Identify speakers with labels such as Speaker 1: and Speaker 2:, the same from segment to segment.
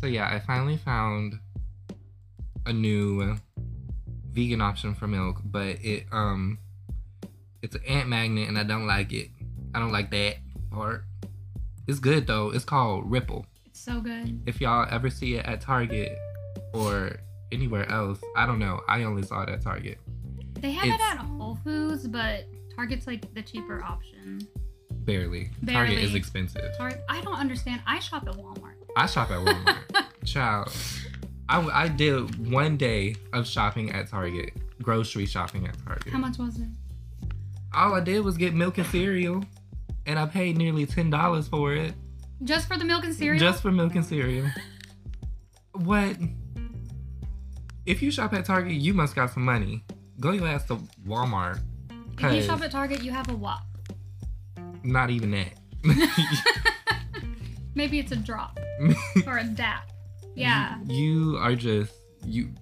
Speaker 1: So yeah, I finally found a new vegan option for milk, but it um it's an ant magnet and I don't like it. I don't like that part. It's good though. It's called Ripple.
Speaker 2: It's so good.
Speaker 1: If y'all ever see it at Target or anywhere else, I don't know. I only saw it at Target.
Speaker 2: They have it
Speaker 1: It's-
Speaker 2: at Whole Foods, but Target's like the cheaper option.
Speaker 1: Barely. Target
Speaker 2: Barely.
Speaker 1: is expensive.
Speaker 2: Target, I don't understand. I shop at Walmart.
Speaker 1: I shop at Walmart. Child. I, I did one day of shopping at Target, grocery shopping at Target.
Speaker 2: How much was it?
Speaker 1: All I did was get milk and cereal, and I paid nearly $10 for it.
Speaker 2: Just for the milk and cereal?
Speaker 1: Just for milk and cereal. What? If you shop at Target, you must got some money. Go your ass to Walmart.
Speaker 2: if you
Speaker 1: Cause
Speaker 2: shop at Target, you have a wop.
Speaker 1: not even that.
Speaker 2: Maybe it's a drop or a dap. Yeah,
Speaker 1: You are just you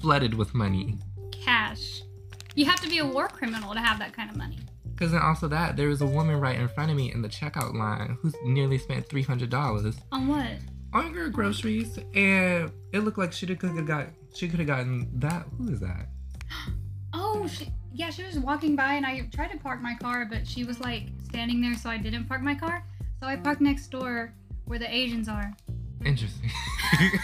Speaker 1: flooded with money.
Speaker 2: cash. You have to be a war criminal to have that kind of money.
Speaker 1: Cause then also that there was a woman right in front of me in the checkout line who's nearly spent three hundred dollars
Speaker 2: On what?
Speaker 1: on her groceries, and it looked like she could have got she could have gotten that. Who is that?
Speaker 2: Oh, she, yeah, she was walking by and I tried to park my car, but she was like standing there, so I didn't park my car. So I parked next door where the Asians are.
Speaker 1: Interesting.
Speaker 2: I didn't-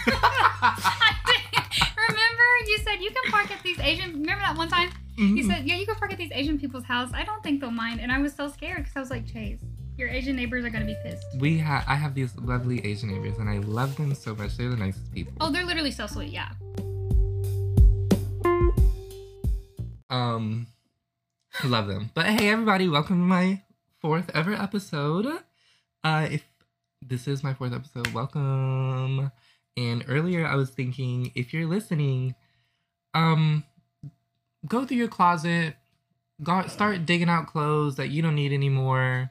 Speaker 2: remember you said you can park at these Asian. Remember that one time he said, "Yeah, you can park at these Asian people's house. I don't think they'll mind." And I was so scared because I was like, "Chase, your Asian neighbors are gonna be pissed."
Speaker 1: We have I have these lovely Asian neighbors and I love them so much. They're the nicest people.
Speaker 2: Oh, they're literally so sweet. Yeah.
Speaker 1: Um love them. But hey everybody, welcome to my fourth ever episode. Uh if this is my fourth episode, welcome. And earlier I was thinking if you're listening, um go through your closet, go, start digging out clothes that you don't need anymore.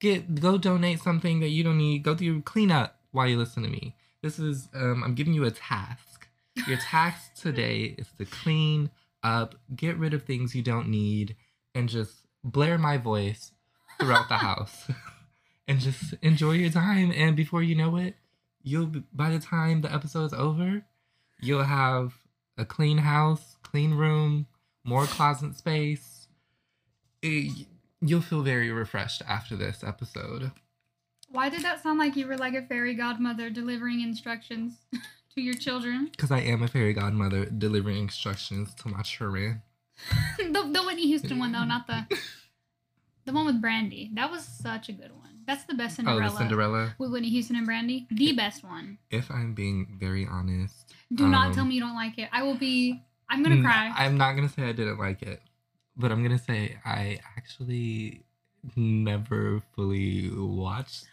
Speaker 1: Get go donate something that you don't need. Go through clean up while you listen to me. This is um I'm giving you a task. Your task today is to clean up, get rid of things you don't need, and just blare my voice throughout the house. and just enjoy your time. And before you know it, you'll be- by the time the episode's over, you'll have a clean house, clean room, more closet space. It- you'll feel very refreshed after this episode.
Speaker 2: Why did that sound like you were like a fairy godmother delivering instructions to your children?
Speaker 1: Because I am a fairy godmother delivering instructions to my children.
Speaker 2: the, the Whitney Houston one though, not the the one with Brandy. That was such a good one. That's the best Cinderella.
Speaker 1: Oh, the Cinderella.
Speaker 2: With Whitney Houston and Brandy, the best one.
Speaker 1: If I'm being very honest,
Speaker 2: Do
Speaker 1: Um,
Speaker 2: not tell me you don't like it. I will be. I'm gonna
Speaker 1: Mm,
Speaker 2: cry.
Speaker 1: I'm not gonna say I didn't like it, but I'm gonna say I actually never fully watched.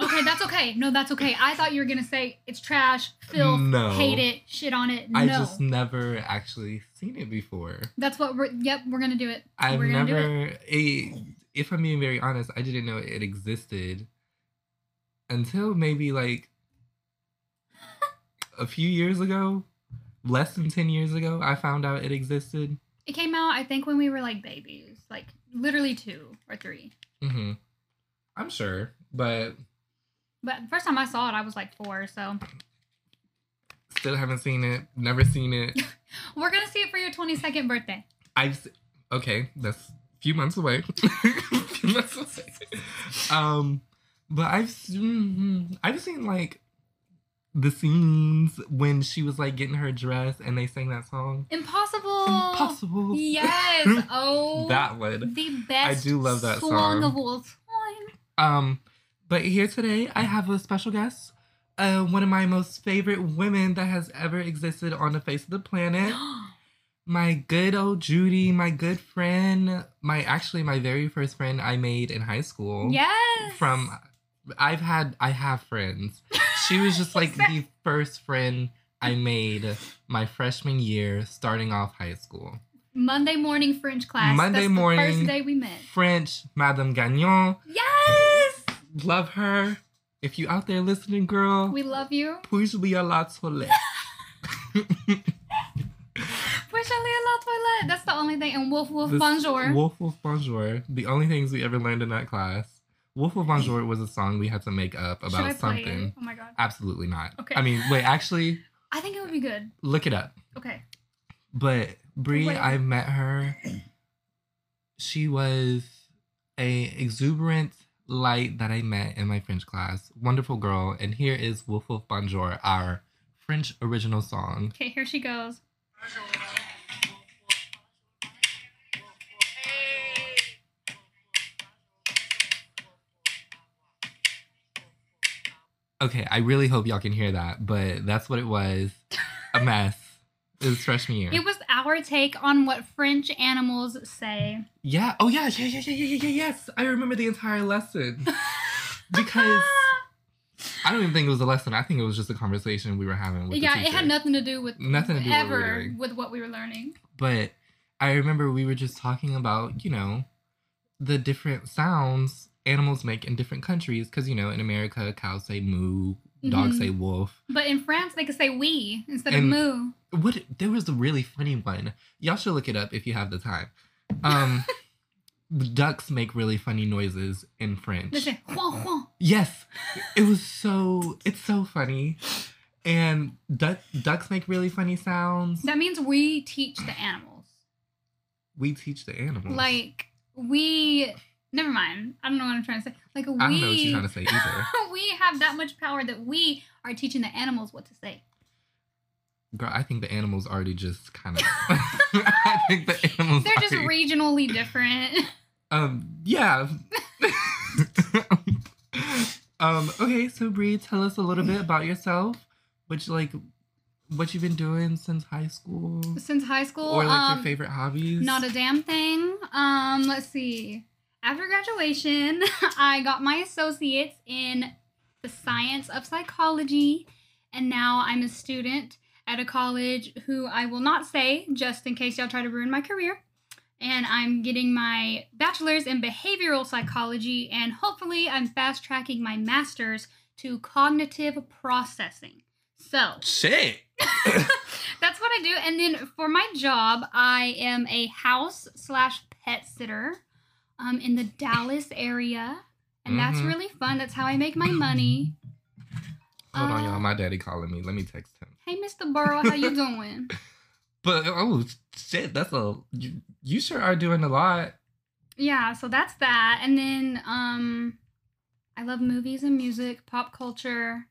Speaker 2: okay, that's okay. No, that's okay. I thought you were gonna say it's trash, filth,
Speaker 1: No.
Speaker 2: hate it, shit on it. No,
Speaker 1: I just never actually seen it before.
Speaker 2: that's what we're. Yep, we're gonna do it.
Speaker 1: I've
Speaker 2: we're gonna do it.
Speaker 1: never. It, if I'm being very honest, I didn't know it existed until maybe like a few years ago, less than ten years ago. I found out it existed.
Speaker 2: It came out, I think, when we were like babies, like literally two or three.
Speaker 1: hmm I'm sure, but
Speaker 2: But the first time I saw it, I was like four. So
Speaker 1: still haven't seen it. Never seen it.
Speaker 2: we're gonna see it for your 22nd birthday.
Speaker 1: I've s- okay, that's a few months away. Few months away. Um, but I've s- mhm. I've seen like the scenes when she was like getting her dress and they sang that song.
Speaker 2: Impossible.
Speaker 1: Impossible.
Speaker 2: Yes. Oh.
Speaker 1: that one.
Speaker 2: The best.
Speaker 1: do love that song.
Speaker 2: of all time.
Speaker 1: Um, but here today I have a special guest. Uh, one of my most favorite women that has ever existed on the face of the planet. my good old Judy, my good friend, my actually my very first friend I made in high school.
Speaker 2: yes.
Speaker 1: From I've had I have friends. She was just like the first friend I made my freshman year starting off high school.
Speaker 2: Monday morning French class.
Speaker 1: Monday
Speaker 2: That's
Speaker 1: morning.
Speaker 2: The first day we met.
Speaker 1: French, Madame Gagnon.
Speaker 2: Yes.
Speaker 1: Love her. If you out there listening, girl,
Speaker 2: We love you.
Speaker 1: please be a lot soleil.
Speaker 2: Wish I lay a la toilette. That's the only thing. And woof woof
Speaker 1: This-
Speaker 2: bonjour.
Speaker 1: Wolf Wolf Bonjour. The only things we ever learned in that class Wolf of Bonjour was a song we had to make up
Speaker 2: Should I
Speaker 1: about
Speaker 2: play it?
Speaker 1: something.
Speaker 2: Oh my god.
Speaker 1: Absolutely not.
Speaker 2: Okay.
Speaker 1: I mean, wait, actually,
Speaker 2: I think it would be good.
Speaker 1: look it up.
Speaker 2: Okay.
Speaker 1: But Brie,
Speaker 2: Wait.
Speaker 1: I met her. She was a exuberant light that I met in my French class. Wonderful girl. And here is Wolf of Bonjour, our French original song.
Speaker 2: Okay, here she goes.
Speaker 1: Okay, I really hope y'all can hear that, but that's what it was. A mess. It was freshman year.
Speaker 2: It was our take on what French animals say.
Speaker 1: yeah. Oh yeah. Yeah. Yeah. Yeah. Yeah. Yeah. Yes. I remember the entire lesson because
Speaker 2: Ah!
Speaker 1: I don't even think it was a lesson. I think it was just a conversation we were having. With the
Speaker 2: yeah, it had
Speaker 1: teacher.
Speaker 2: nothing to do with
Speaker 1: Nothing to do with what we were
Speaker 2: ever
Speaker 1: doing.
Speaker 2: with what we were learning.
Speaker 1: but I remember we were just talking about, you know, the different sounds animals make in different countries. Because, you know, in America, cows say moo, dogs
Speaker 2: Mhm.
Speaker 1: say wolf.
Speaker 2: But in France, they could say "we" instead
Speaker 1: And-
Speaker 2: of "moo."
Speaker 1: What there was a really funny one. Y'all should look it up if you have the time. Um the ducks make really funny noises in French.
Speaker 2: They say "huan huan."
Speaker 1: Yes, it was so. It's so funny, and duck, ducks make really funny sounds.
Speaker 2: That means we teach the animals.
Speaker 1: we teach the animals.
Speaker 2: Like we, never mind. I don't know what I'm trying to say. Like we,
Speaker 1: I don't know what you're trying to say either.
Speaker 2: we have that much power that we are teaching the animals what to say.
Speaker 1: Girl, I think the animals already just kind of. I think the animals.
Speaker 2: They're just
Speaker 1: already-
Speaker 2: regionally different.
Speaker 1: um. Yeah. um. Okay. So Bree, tell us a little bit about yourself. Which like, what you've been doing since high school,
Speaker 2: Since high school,
Speaker 1: or like
Speaker 2: um,
Speaker 1: your favorite hobbies.
Speaker 2: Not a damn thing. Um, let's see. After graduation, I got my associates in the science of psychology, and now I'm a student at a college who I will not say, just in case y'all try to ruin my career. And I'm getting my bachelor's in behavioral psychology, and hopefully, I'm fast tracking my master's to cognitive processing. So,
Speaker 1: shit.
Speaker 2: that's what I do. And then for my job, I am a house slash pet sitter um, in the Dallas area. And that's
Speaker 1: Mhm.
Speaker 2: really fun. That's how I make my money.
Speaker 1: Hold on,
Speaker 2: Uh,
Speaker 1: y'all. My daddy calling me. Let me text him.
Speaker 2: Hey, Mr. Burrow, how you doing?
Speaker 1: But oh shit, that's a you, you sure are doing a lot.
Speaker 2: yeah, so that's that. And then um, I love movies and music, pop culture,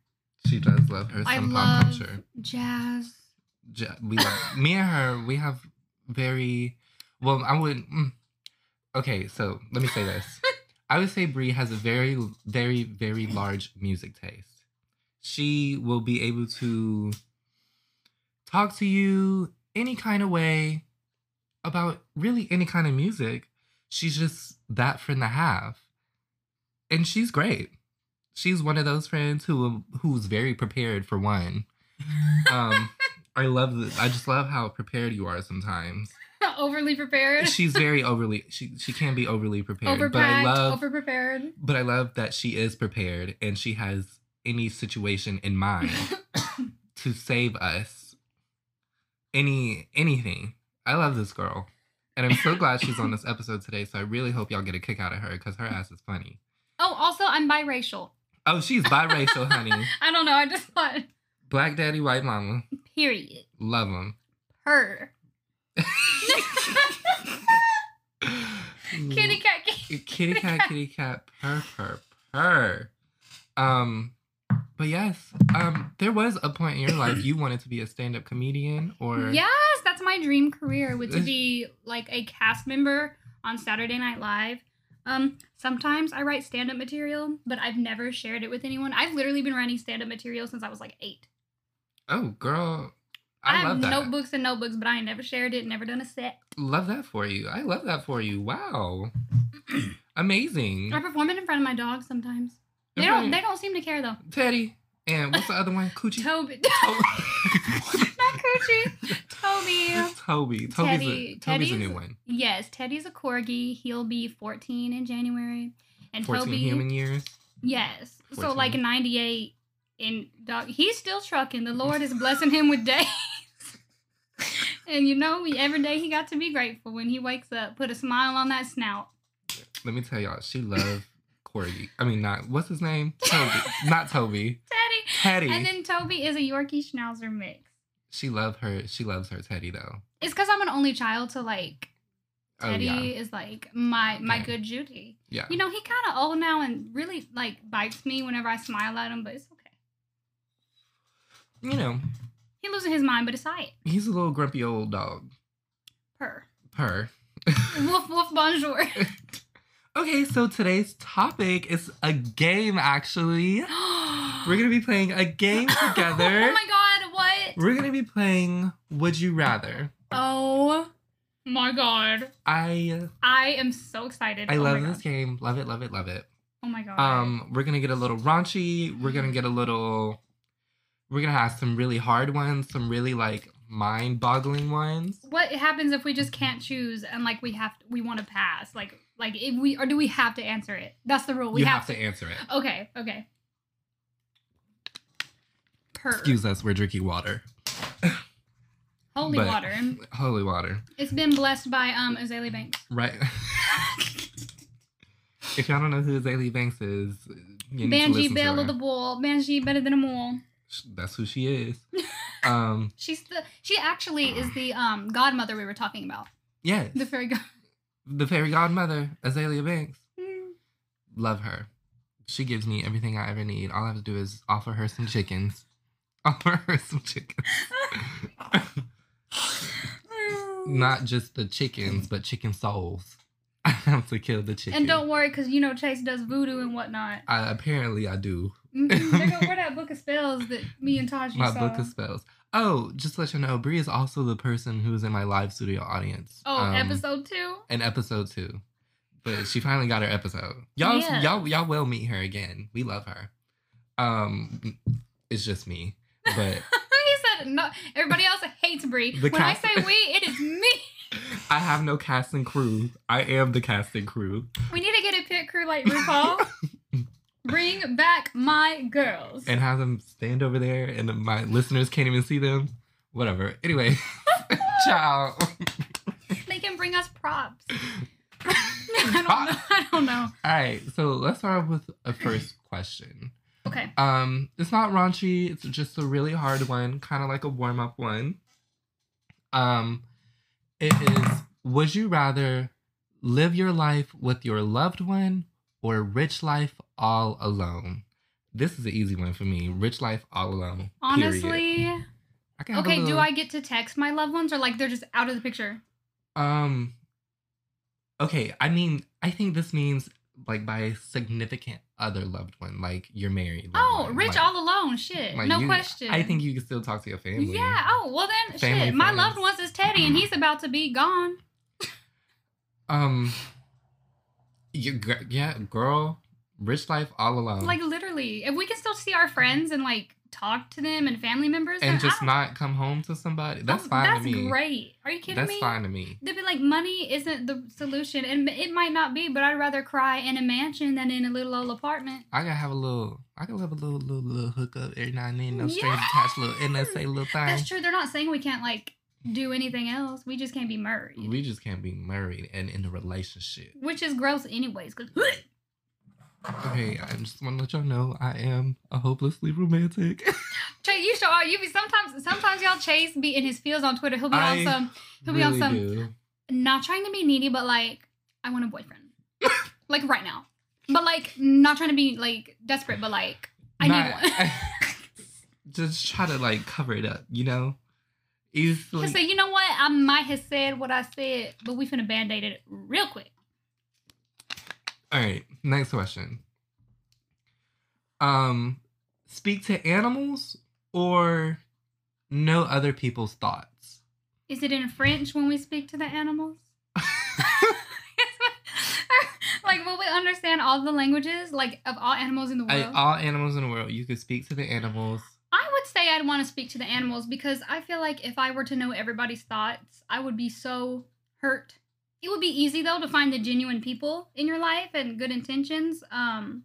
Speaker 1: She does love her
Speaker 2: I
Speaker 1: some
Speaker 2: love-
Speaker 1: pop culture.
Speaker 2: jazz.
Speaker 1: J- We love, me and her, we have very well. I wouldn't. Mm, okay, so let me say this. I would say Brie has a very, very, very large music taste. She will be able to talk to you any kind of way about really any kind of music. She's just that friend to have. And she's great. She's one of those friends who will, who's very prepared for one. Um, I love the, I just love how prepared you are sometimes.
Speaker 2: Overly prepared.
Speaker 1: She's very overly she she can be overly prepared, but I
Speaker 2: Overpacked,
Speaker 1: love
Speaker 2: overprepared.
Speaker 1: but I love that she is prepared and she has any situation in mind to save us. Any anything. I love this girl. And I'm so glad she's on this episode today. So I really hope y'all get a kick out of her because her ass is funny.
Speaker 2: Oh, also, I'm biracial.
Speaker 1: Oh, she's biracial, honey.
Speaker 2: I don't know. I just thought,
Speaker 1: Black daddy, white mama.
Speaker 2: period.
Speaker 1: Love him.
Speaker 2: Her. Kitty cat kitty.
Speaker 1: kitty cat, kitty cat, purr, purr, purr. Um, but yes, um, there was a point in your life you wanted to be a stand-up comedian, or
Speaker 2: Yes, that's my dream career, would to
Speaker 1: This-
Speaker 2: be like a cast member on Saturday Night Live. Um, sometimes I write stand-up material, but I've never shared it with anyone. I've literally been writing stand-up material since I was like eight.
Speaker 1: oh girl, I,
Speaker 2: I, have
Speaker 1: love that.
Speaker 2: notebooks and notebooks, but I ain't never shared it, never done a set.
Speaker 1: Love that for you. I love that for you. Wow, amazing,
Speaker 2: I perform it in front of my dog sometimes. They
Speaker 1: In
Speaker 2: don't
Speaker 1: front
Speaker 2: they
Speaker 1: of-
Speaker 2: don't seem to care though.
Speaker 1: Teddy. And what's the other one? Coochie.
Speaker 2: Toby
Speaker 1: Toby.
Speaker 2: not Coochie. Toby.
Speaker 1: Toby. Toby's a
Speaker 2: Teddy-
Speaker 1: Toby's a
Speaker 2: Teddy's-
Speaker 1: new one.
Speaker 2: Yes, Teddy's a corgi. He'll be 14 in January. And
Speaker 1: Fourteen
Speaker 2: Toby
Speaker 1: human years.
Speaker 2: Yes. So
Speaker 1: 14.
Speaker 2: like in 98 in dog he's still trucking. The Lord is blessing him with days. and you know, we, every day he got to be grateful when he wakes up, put a smile on that snout.
Speaker 1: Let me tell y'all, she loved Corgi. I mean, not what's his name? Toby. not Toby.
Speaker 2: Teddy.
Speaker 1: Teddy.
Speaker 2: And then Toby is a Yorkie Schnauzer mix.
Speaker 1: she love her. She loves her Teddy though.
Speaker 2: It's because I'm an only child, so like
Speaker 1: Oh
Speaker 2: Teddy
Speaker 1: yeah,
Speaker 2: is like my my
Speaker 1: Okay.
Speaker 2: good Judy.
Speaker 1: yeah.
Speaker 2: You know, he kind of old now and really like bites me whenever I smile at him, but it's okay.
Speaker 1: You know,
Speaker 2: He losing his mind, but it's alright.
Speaker 1: he's a little grumpy old dog.
Speaker 2: Purr.
Speaker 1: Purr.
Speaker 2: Woof woof bonjour.
Speaker 1: Okay, so today's topic is a game. Actually, we're gonna be playing a game together.
Speaker 2: oh my god! What?
Speaker 1: we're gonna be playing Would You Rather.
Speaker 2: Oh my god!
Speaker 1: I
Speaker 2: I am so excited.
Speaker 1: I
Speaker 2: oh
Speaker 1: love
Speaker 2: my
Speaker 1: this
Speaker 2: God.
Speaker 1: game. Love it. Love it. Love it.
Speaker 2: Oh my god.
Speaker 1: Um, we're gonna get a little raunchy. We're gonna get a little. We're gonna have some really hard ones, some really like mind-boggling ones.
Speaker 2: what happens if we just can't choose and like we have we want to pass? Like like if we or do we have to answer it? That's the rule. We
Speaker 1: you
Speaker 2: have,
Speaker 1: have to answer it.
Speaker 2: to. Okay. Okay. Purr.
Speaker 1: Excuse us. We're drinking water.
Speaker 2: Holy
Speaker 1: but-
Speaker 2: water.
Speaker 1: Holy water.
Speaker 2: It's been blessed by um Azalea Banks.
Speaker 1: Right. if y'all don't know who Azalea Banks is, you need to
Speaker 2: Banshee
Speaker 1: listen
Speaker 2: Bell
Speaker 1: to
Speaker 2: of
Speaker 1: her.
Speaker 2: the Bull. Banshee better than a mole.
Speaker 1: Sh- That's who she is. um.
Speaker 2: She's the she actually is the um godmother we were talking about.
Speaker 1: Yes.
Speaker 2: The fairy god.
Speaker 1: the fairy godmother, Azalea Banks.
Speaker 2: Mm.
Speaker 1: love her. She gives me everything I ever need. All I have to do is offer her some chickens. Offer her some chickens. Not just the chickens, but chicken souls. I have to kill the chicken.
Speaker 2: And don't worry, because you know Chase does voodoo and whatnot.
Speaker 1: I, apparently, I do.
Speaker 2: Mhm. Check out where that book of spells that me and Taj
Speaker 1: My
Speaker 2: saw.
Speaker 1: book of spells. Oh, just to let you know, Bree is also the person who was in my live studio audience.
Speaker 2: oh,
Speaker 1: Um,
Speaker 2: episode two.
Speaker 1: And episode two. But she finally got her episode. Y'all,
Speaker 2: Yeah.
Speaker 1: y'all, y'all will meet her again. We love her. Um, it's just me, but
Speaker 2: he said no. Everybody else hates Brie.
Speaker 1: The
Speaker 2: When I
Speaker 1: cast-
Speaker 2: say we, it is me.
Speaker 1: I have no cast and crew. I am the cast and crew.
Speaker 2: We need to get a pit crew like RuPaul. Bring back my girls.
Speaker 1: And have them stand over there and my listeners can't even see them. Whatever. Anyway. Ciao.
Speaker 2: they can bring us props. I don't know. I don't know.
Speaker 1: Alright, so let's start off with a first question.
Speaker 2: Okay.
Speaker 1: Um, it's not raunchy, it's just a really hard one, kinda like a warm-up one. Um it is would you rather live your life with your loved one or rich life all alone? This is an easy one for me. Rich life all alone. period.
Speaker 2: Honestly.
Speaker 1: I can have a
Speaker 2: Okay, do
Speaker 1: little-
Speaker 2: I get to text my loved ones or like they're just out of the picture?
Speaker 1: Um. Okay, I mean, I think this means like by a significant other loved one, like your married. loved
Speaker 2: Oh,
Speaker 1: one,
Speaker 2: rich
Speaker 1: like-
Speaker 2: all alone. Shit.
Speaker 1: like
Speaker 2: no
Speaker 1: you-
Speaker 2: question.
Speaker 1: I think you can still talk to your family.
Speaker 2: Yeah. Oh, well then
Speaker 1: Family
Speaker 2: shit. My
Speaker 1: friends.
Speaker 2: loved ones is Teddy and he's about to be gone.
Speaker 1: Um. You gr- yeah, girl, rich life all alone,
Speaker 2: Like literally. If we can still see our friends and like talk to them and family members then
Speaker 1: and
Speaker 2: I
Speaker 1: just
Speaker 2: don't-
Speaker 1: not come home to somebody. That's
Speaker 2: Oh,
Speaker 1: fine
Speaker 2: That's
Speaker 1: to me.
Speaker 2: great. Are you kidding
Speaker 1: That's
Speaker 2: me?
Speaker 1: fine to me.
Speaker 2: They'd be like, money isn't the solution, and it might not be, but I'd rather cry in a mansion than in a little old apartment.
Speaker 1: I gotta have a little. I can have a little, little, little hookup every now and then. No strings attached, little NSA, little thing.
Speaker 2: That's true. They're not saying we can't like do anything else. We just can't be married,
Speaker 1: We just can't be married and in a relationship.
Speaker 2: which is gross, anyways. Cause
Speaker 1: Okay, I just want to let y'all know I am a hopelessly romantic.
Speaker 2: Chase, you sure are. You be sometimes, sometimes y'all Chase be in his feels on Twitter. He'll be
Speaker 1: I
Speaker 2: on some, he'll be on some. Not trying to be needy, but like I want a boyfriend, like right now. But like not trying to be like desperate, but like I need one.
Speaker 1: just try to like cover it up, you know. It's
Speaker 2: He'll
Speaker 1: like,
Speaker 2: say, you know what? I might have said what I said, but we finna band aid it real quick.
Speaker 1: all right, next question. Um, speak to animals or know other people's thoughts.
Speaker 2: Is it in French when we speak to the animals? like, will we understand all the languages, like, of all animals in the
Speaker 1: I,
Speaker 2: world? I,
Speaker 1: all animals in the world, you could speak to the animals.
Speaker 2: would say I'd want to speak to the animals because I feel like if I were to know everybody's thoughts, I would be so hurt. It would be easy, though, to find the genuine people in your life and good intentions. Um,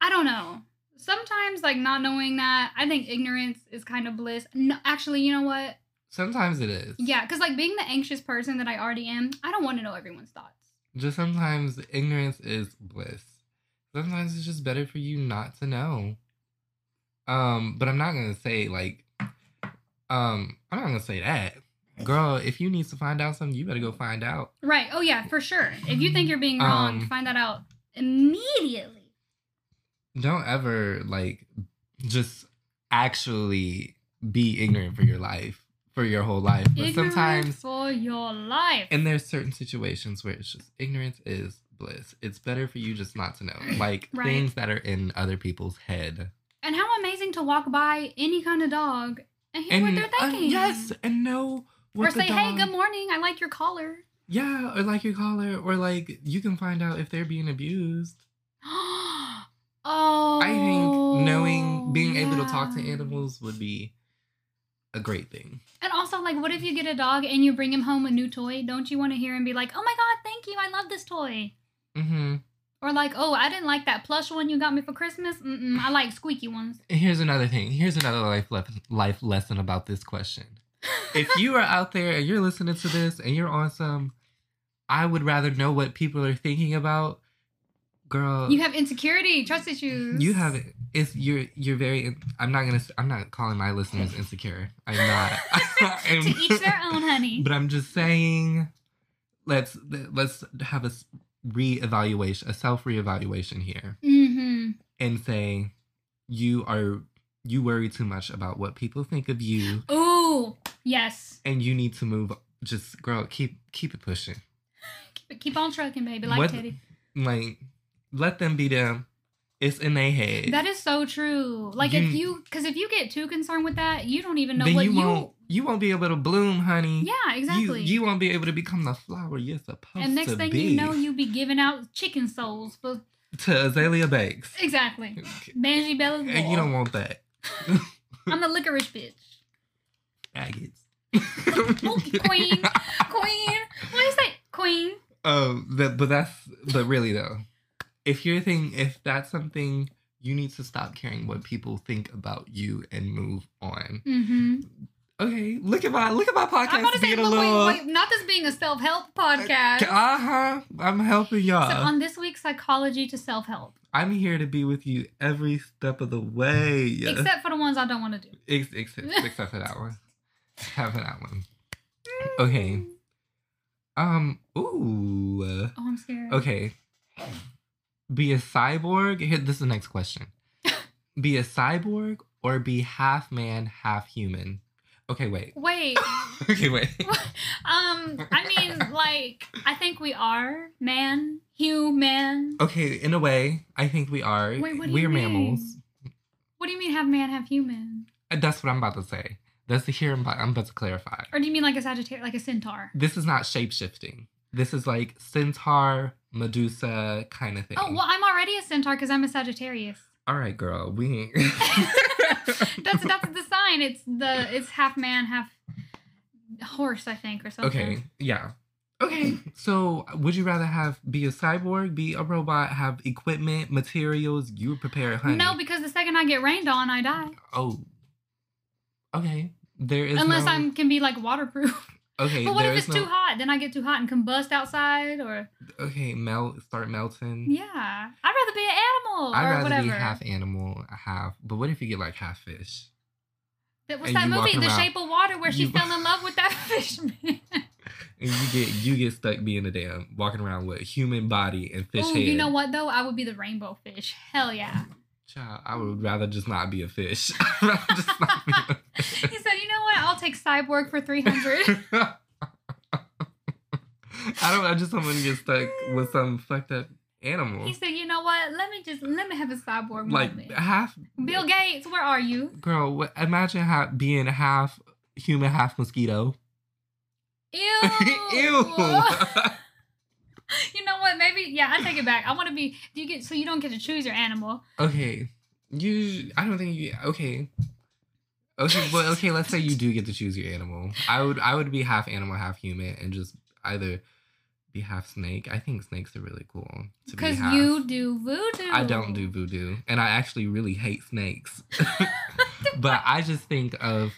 Speaker 2: I don't know. Sometimes, like, not knowing that, I think ignorance is kind of bliss. No, actually, you know what?
Speaker 1: Sometimes it is.
Speaker 2: Yeah, because like being the anxious person that I already am, I don't want to know everyone's thoughts.
Speaker 1: Just sometimes ignorance is bliss. sometimes it's just better for you not to know. Um, but I'm not gonna say like, um, I'm not gonna say that, girl. If you need to find out something, you better go find out.
Speaker 2: Right. Oh yeah, for sure. If you think you're being wrong,
Speaker 1: Um,
Speaker 2: find that out immediately.
Speaker 1: Don't ever like just actually be ignorant for your life for your whole life. But
Speaker 2: Ignorant
Speaker 1: sometimes
Speaker 2: for your life.
Speaker 1: And there's certain situations where it's just ignorance is bliss. It's better for you just not to know. Like
Speaker 2: Right.
Speaker 1: things that are in other people's head.
Speaker 2: And how amazing to walk by any kind of dog and hear what
Speaker 1: and
Speaker 2: they're
Speaker 1: uh,
Speaker 2: thinking.
Speaker 1: yes, and know what
Speaker 2: Or
Speaker 1: the
Speaker 2: say, hey,
Speaker 1: dog-
Speaker 2: good morning. I like your collar.
Speaker 1: Yeah, or like your collar, or like you can find out if they're being abused.
Speaker 2: oh.
Speaker 1: I think knowing being able to talk to
Speaker 2: yeah.
Speaker 1: animals would be a great thing.
Speaker 2: And also, like, what if you get a dog and you bring him home a new toy? Don't you want to hear him be like, oh my God, thank you. I love this toy.
Speaker 1: Mm-hmm.
Speaker 2: Or like, oh, I didn't like that plush one you got me for Christmas. Mm-mm, I like squeaky ones.
Speaker 1: Here's another thing. Here's another life le- life lesson about this question. if you are out there and you're listening to this and you're on some, I would rather know what people are thinking about, girl.
Speaker 2: You have insecurity, trust issues.
Speaker 1: you have it. It's you're you're very. I'm not gonna. I'm not calling my listeners insecure. I'm not. I'm-
Speaker 2: to each their own, honey.
Speaker 1: But I'm just saying, let's let's have a s- reevaluation, a self reevaluation here,
Speaker 2: Mm-hmm.
Speaker 1: and say you are you worry too much about what people think of you
Speaker 2: Ooh, yes.
Speaker 1: and you need to move just girl keep keep it pushing
Speaker 2: Keep, keep on trucking, baby, like
Speaker 1: What-
Speaker 2: Teddy.
Speaker 1: like let them be them it's in their head
Speaker 2: That is so true. Like if
Speaker 1: You-
Speaker 2: you, because if you get too concerned with that, you don't even know
Speaker 1: then
Speaker 2: what
Speaker 1: you
Speaker 2: you.
Speaker 1: won't you won't be able to bloom honey
Speaker 2: yeah, exactly.
Speaker 1: you, you won't be able to become the flower you're supposed
Speaker 2: and next
Speaker 1: to
Speaker 2: thing
Speaker 1: be
Speaker 2: you know, you be giving out chicken souls for
Speaker 1: to azalea bakes
Speaker 2: exactly
Speaker 1: and
Speaker 2: Banji Bella's ball.
Speaker 1: you don't want that
Speaker 2: I'm the licorice bitch.
Speaker 1: faggots
Speaker 2: Oh, queen, queen. What is that? Queen.
Speaker 1: um that but that's but really though if you're thing if that's something you need to stop caring what people think about you and move on
Speaker 2: Mm-hmm.
Speaker 1: Okay, look at my look at my
Speaker 2: I'm
Speaker 1: podcast
Speaker 2: about to say,
Speaker 1: being a
Speaker 2: look,
Speaker 1: little.
Speaker 2: wait, wait, not this being a self help podcast.
Speaker 1: Uh huh. I'm helping y'all.
Speaker 2: so uh, on this week's psychology to self help,
Speaker 1: I'm here to be with you every step of the way.
Speaker 2: except for the ones I don't want to do.
Speaker 1: Ex- except, except for that one. Except for that one. Okay. Um. Ooh. uh,
Speaker 2: Oh, I'm scared.
Speaker 1: Okay. Be a cyborg. Here, this is the next question. be a cyborg or be half man, half human. Okay. Wait.
Speaker 2: Wait.
Speaker 1: okay. Wait.
Speaker 2: Um, I mean, like, I think we are man, human.
Speaker 1: Okay. In a way, I think we are.
Speaker 2: Wait, what do
Speaker 1: We're
Speaker 2: you mean?
Speaker 1: mammals.
Speaker 2: What do you mean, have man, have human?
Speaker 1: Uh, That's what I'm about to say. That's the here I'm about, I'm about to clarify.
Speaker 2: Or do you mean like a Sagittarius, like a centaur?
Speaker 1: This is not shape shifting. This is like centaur, Medusa kind of thing.
Speaker 2: Oh, well, I'm already a centaur because I'm a Sagittarius.
Speaker 1: All right, girl. We. ain't-
Speaker 2: That's that's the sign. It's the it's half man, half horse, I think, or something.
Speaker 1: okay. Yeah. Okay. So, would you rather have be a cyborg, be a robot, have equipment, materials? You prepare, honey.
Speaker 2: No, because the second I get rained on, I die.
Speaker 1: Oh. Okay. There is.
Speaker 2: Unless
Speaker 1: no-
Speaker 2: I'm can be like waterproof.
Speaker 1: Okay.
Speaker 2: but what
Speaker 1: there
Speaker 2: if
Speaker 1: is
Speaker 2: it's too hot? Then I get too hot and combust outside, or
Speaker 1: no- Okay. Melt. Start melting.
Speaker 2: yeah, I'd rather be an animal
Speaker 1: I'd
Speaker 2: or
Speaker 1: rather
Speaker 2: whatever.
Speaker 1: be half animal, half. But what if you get like half fish?
Speaker 2: that was
Speaker 1: and
Speaker 2: that
Speaker 1: you
Speaker 2: movie,
Speaker 1: walking
Speaker 2: The
Speaker 1: around.
Speaker 2: Shape of Water, where she
Speaker 1: You-
Speaker 2: fell in love with that fishman.
Speaker 1: And you get you get stuck being a damn walking around with human body and fish
Speaker 2: Ooh,
Speaker 1: head.
Speaker 2: you know what though? I would be the rainbow fish. Hell yeah.
Speaker 1: Child, I would rather just not be a fish. I'd rather just not be a fish.
Speaker 2: He said, "You know what? I'll take cyborg for three hundred.
Speaker 1: I don't. I just don't want to get stuck with some fucked up animal.
Speaker 2: He said, "You know what? Let me just let me have a cyborg
Speaker 1: Like
Speaker 2: moment."
Speaker 1: half
Speaker 2: Bill Gates, where are you?
Speaker 1: girl. What, imagine how, being half human, half mosquito.
Speaker 2: Ew.
Speaker 1: Ew.
Speaker 2: Oh. you know what? Maybe yeah. I take it back. I want to be. Do you get so you don't get to choose your animal?
Speaker 1: okay, you. I don't think you. Okay. Okay, well, okay. Let's say you do get to choose your animal. I would, I would be half animal, half human, and just either be half snake. I think snakes are really cool. to be
Speaker 2: Because
Speaker 1: half.
Speaker 2: you do voodoo.
Speaker 1: I don't do voodoo, and I actually really hate snakes. but I just think of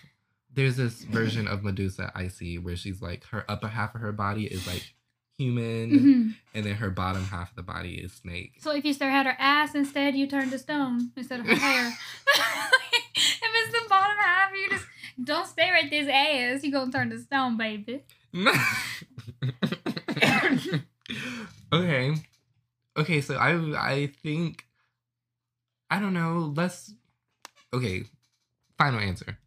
Speaker 1: there's this version of Medusa I see where she's like her upper half of her body is like human,
Speaker 2: hmm
Speaker 1: and then her bottom half of the body is snake.
Speaker 2: So if you stare at her ass instead, you turn to stone instead of her hair. if it's the bottom half, you just don't stare at this ass. You gonna turn to stone, baby.
Speaker 1: okay. Okay, so I I think I don't know, let's okay. Final answer.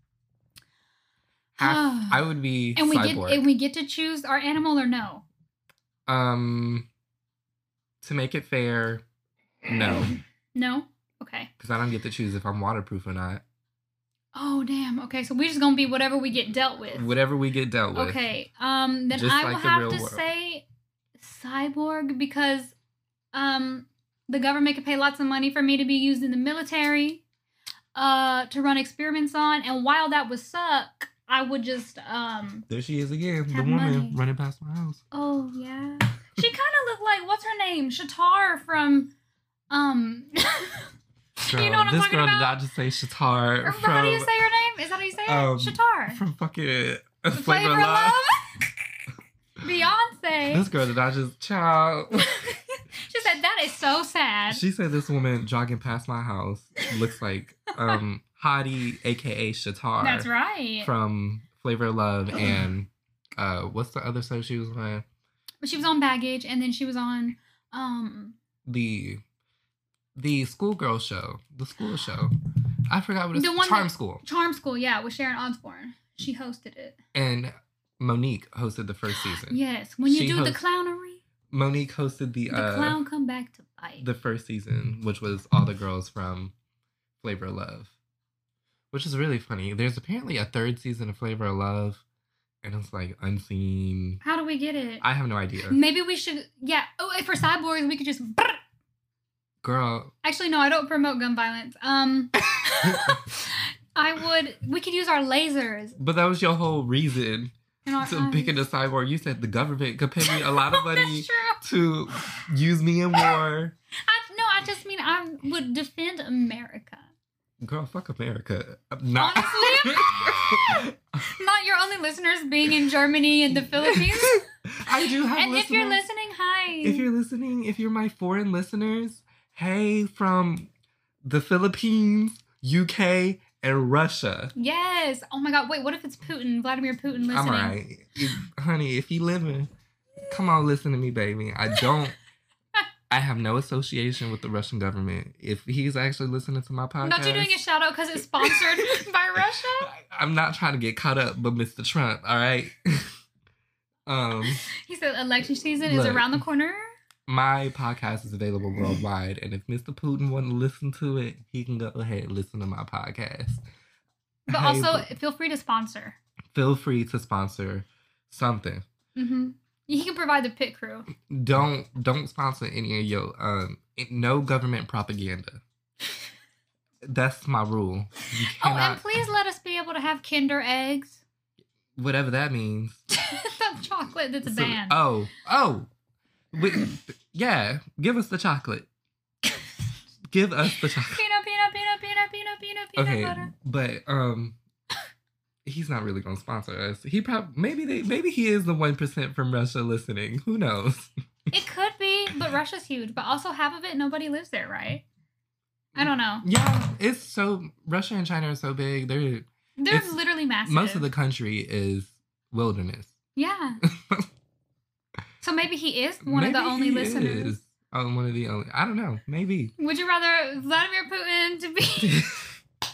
Speaker 1: Half, I would be
Speaker 2: Uh, Ah. and we
Speaker 1: cyborg.
Speaker 2: get and we get to choose our animal or no.
Speaker 1: um to make it fair, no.
Speaker 2: No. Okay.
Speaker 1: Because I don't get to choose if I'm waterproof or not.
Speaker 2: Oh damn. Okay. So we're just gonna be whatever we get dealt with.
Speaker 1: Whatever we get dealt with.
Speaker 2: Okay. Um. Then
Speaker 1: Just
Speaker 2: I
Speaker 1: like
Speaker 2: will
Speaker 1: the
Speaker 2: have
Speaker 1: real
Speaker 2: to
Speaker 1: world.
Speaker 2: say cyborg because um the government could pay lots of money for me to be used in the military uh to run experiments on and while that would suck i would just um
Speaker 1: There she is again, the
Speaker 2: Have
Speaker 1: woman
Speaker 2: money.
Speaker 1: running past my house.
Speaker 2: oh yeah she kind of looked like what's her name shatar from um
Speaker 1: Girl,
Speaker 2: you know what i'm
Speaker 1: this
Speaker 2: talking
Speaker 1: girl did
Speaker 2: about
Speaker 1: not just say Shatar
Speaker 2: Or how do you
Speaker 1: from,
Speaker 2: say her name is that how you say it
Speaker 1: um,
Speaker 2: shatar
Speaker 1: from fucking
Speaker 2: The
Speaker 1: Flavor of Love.
Speaker 2: Beyonce.
Speaker 1: This girl did not just child.
Speaker 2: she said that is so sad.
Speaker 1: She said this woman jogging past my house looks like um Hottie, aka Shatar.
Speaker 2: That's right.
Speaker 1: From Flavor of Love and uh what's the other show she was on?
Speaker 2: but she was on baggage, and then she was on. Um,
Speaker 1: The the schoolgirl show. The school show. I forgot what it's
Speaker 2: The one
Speaker 1: Charm
Speaker 2: that-
Speaker 1: School.
Speaker 2: Charm School, yeah, with Sharon Osbourne. She hosted it.
Speaker 1: And Monique hosted the first season.
Speaker 2: Yes, when you
Speaker 1: She
Speaker 2: do the
Speaker 1: host-
Speaker 2: clownery,
Speaker 1: Monique hosted the,
Speaker 2: the
Speaker 1: uh
Speaker 2: clown come back to bite.
Speaker 1: the first season, which was all the girls from Flavor of Love, which is really funny. There's apparently a third season of Flavor of Love, and it's like unseen.
Speaker 2: How do we get it?
Speaker 1: I have no idea.
Speaker 2: Maybe we should, yeah. Oh, if for cyborgs, we could just.
Speaker 1: Girl,
Speaker 2: Actually, no, I don't promote gun violence. Um, I would. We could use our lasers
Speaker 1: but that was your whole reason
Speaker 2: and our.
Speaker 1: to picking
Speaker 2: eyes.
Speaker 1: a cyborg. You said the government could pay me a lot of money
Speaker 2: That's true.
Speaker 1: to use me in war.
Speaker 2: I, no, I just mean I would defend America.
Speaker 1: Girl, fuck America. Not.
Speaker 2: Honestly, not your only listeners being in Germany and the Philippines.
Speaker 1: I do have
Speaker 2: and if you're
Speaker 1: listeners.
Speaker 2: listening, hi.
Speaker 1: if you're listening, if you're my foreign listeners, hey, from the Philippines, UK, and Russia.
Speaker 2: yes. Oh my God. Wait. What if it's Putin, Vladimir Putin listening?
Speaker 1: I'm alright, If- honey. If you living, come on, listen to me, baby. I don't. I have no association with the Russian government. If he's actually listening to my podcast,
Speaker 2: Not you doing a shout out because it's sponsored by Russia.
Speaker 1: I'm not trying to get caught up, but Mr. Trump, all right. um,
Speaker 2: He said election season is
Speaker 1: Look.
Speaker 2: around the corner.
Speaker 1: my podcast is available worldwide, and if Mr. Putin want to listen to it, he can go ahead and listen to my podcast.
Speaker 2: But
Speaker 1: Hey,
Speaker 2: also, feel free to sponsor.
Speaker 1: feel free to sponsor something.
Speaker 2: hmm He can provide the pit crew.
Speaker 1: Don't don't sponsor any of your um it- no government propaganda. That's my rule. You
Speaker 2: Oh, and
Speaker 1: cannot,
Speaker 2: please let us be able to have Kinder eggs.
Speaker 1: whatever that means.
Speaker 2: that chocolate that's
Speaker 1: So-
Speaker 2: banned.
Speaker 1: oh, oh, we, yeah. Give us the chocolate. give us the chocolate.
Speaker 2: peanut, peanut, peanut, peanut, peanut, peanut, peanut
Speaker 1: Okay,
Speaker 2: butter.
Speaker 1: but um, he's not really gonna sponsor us. He probably maybe they maybe he is the one percent from Russia listening. Who knows?
Speaker 2: It could be, but Russia's huge. But also, half of it, nobody lives there, right? I don't know.
Speaker 1: Yeah, it's so Russia and China are so big. They're
Speaker 2: They're
Speaker 1: It's-
Speaker 2: literally massive.
Speaker 1: most of the country is wilderness.
Speaker 2: yeah. so maybe he is one of the
Speaker 1: Maybe
Speaker 2: only
Speaker 1: he
Speaker 2: listeners.
Speaker 1: is. Oh, one of the only. I don't know. Maybe
Speaker 2: Would you rather Vladimir Putin to be?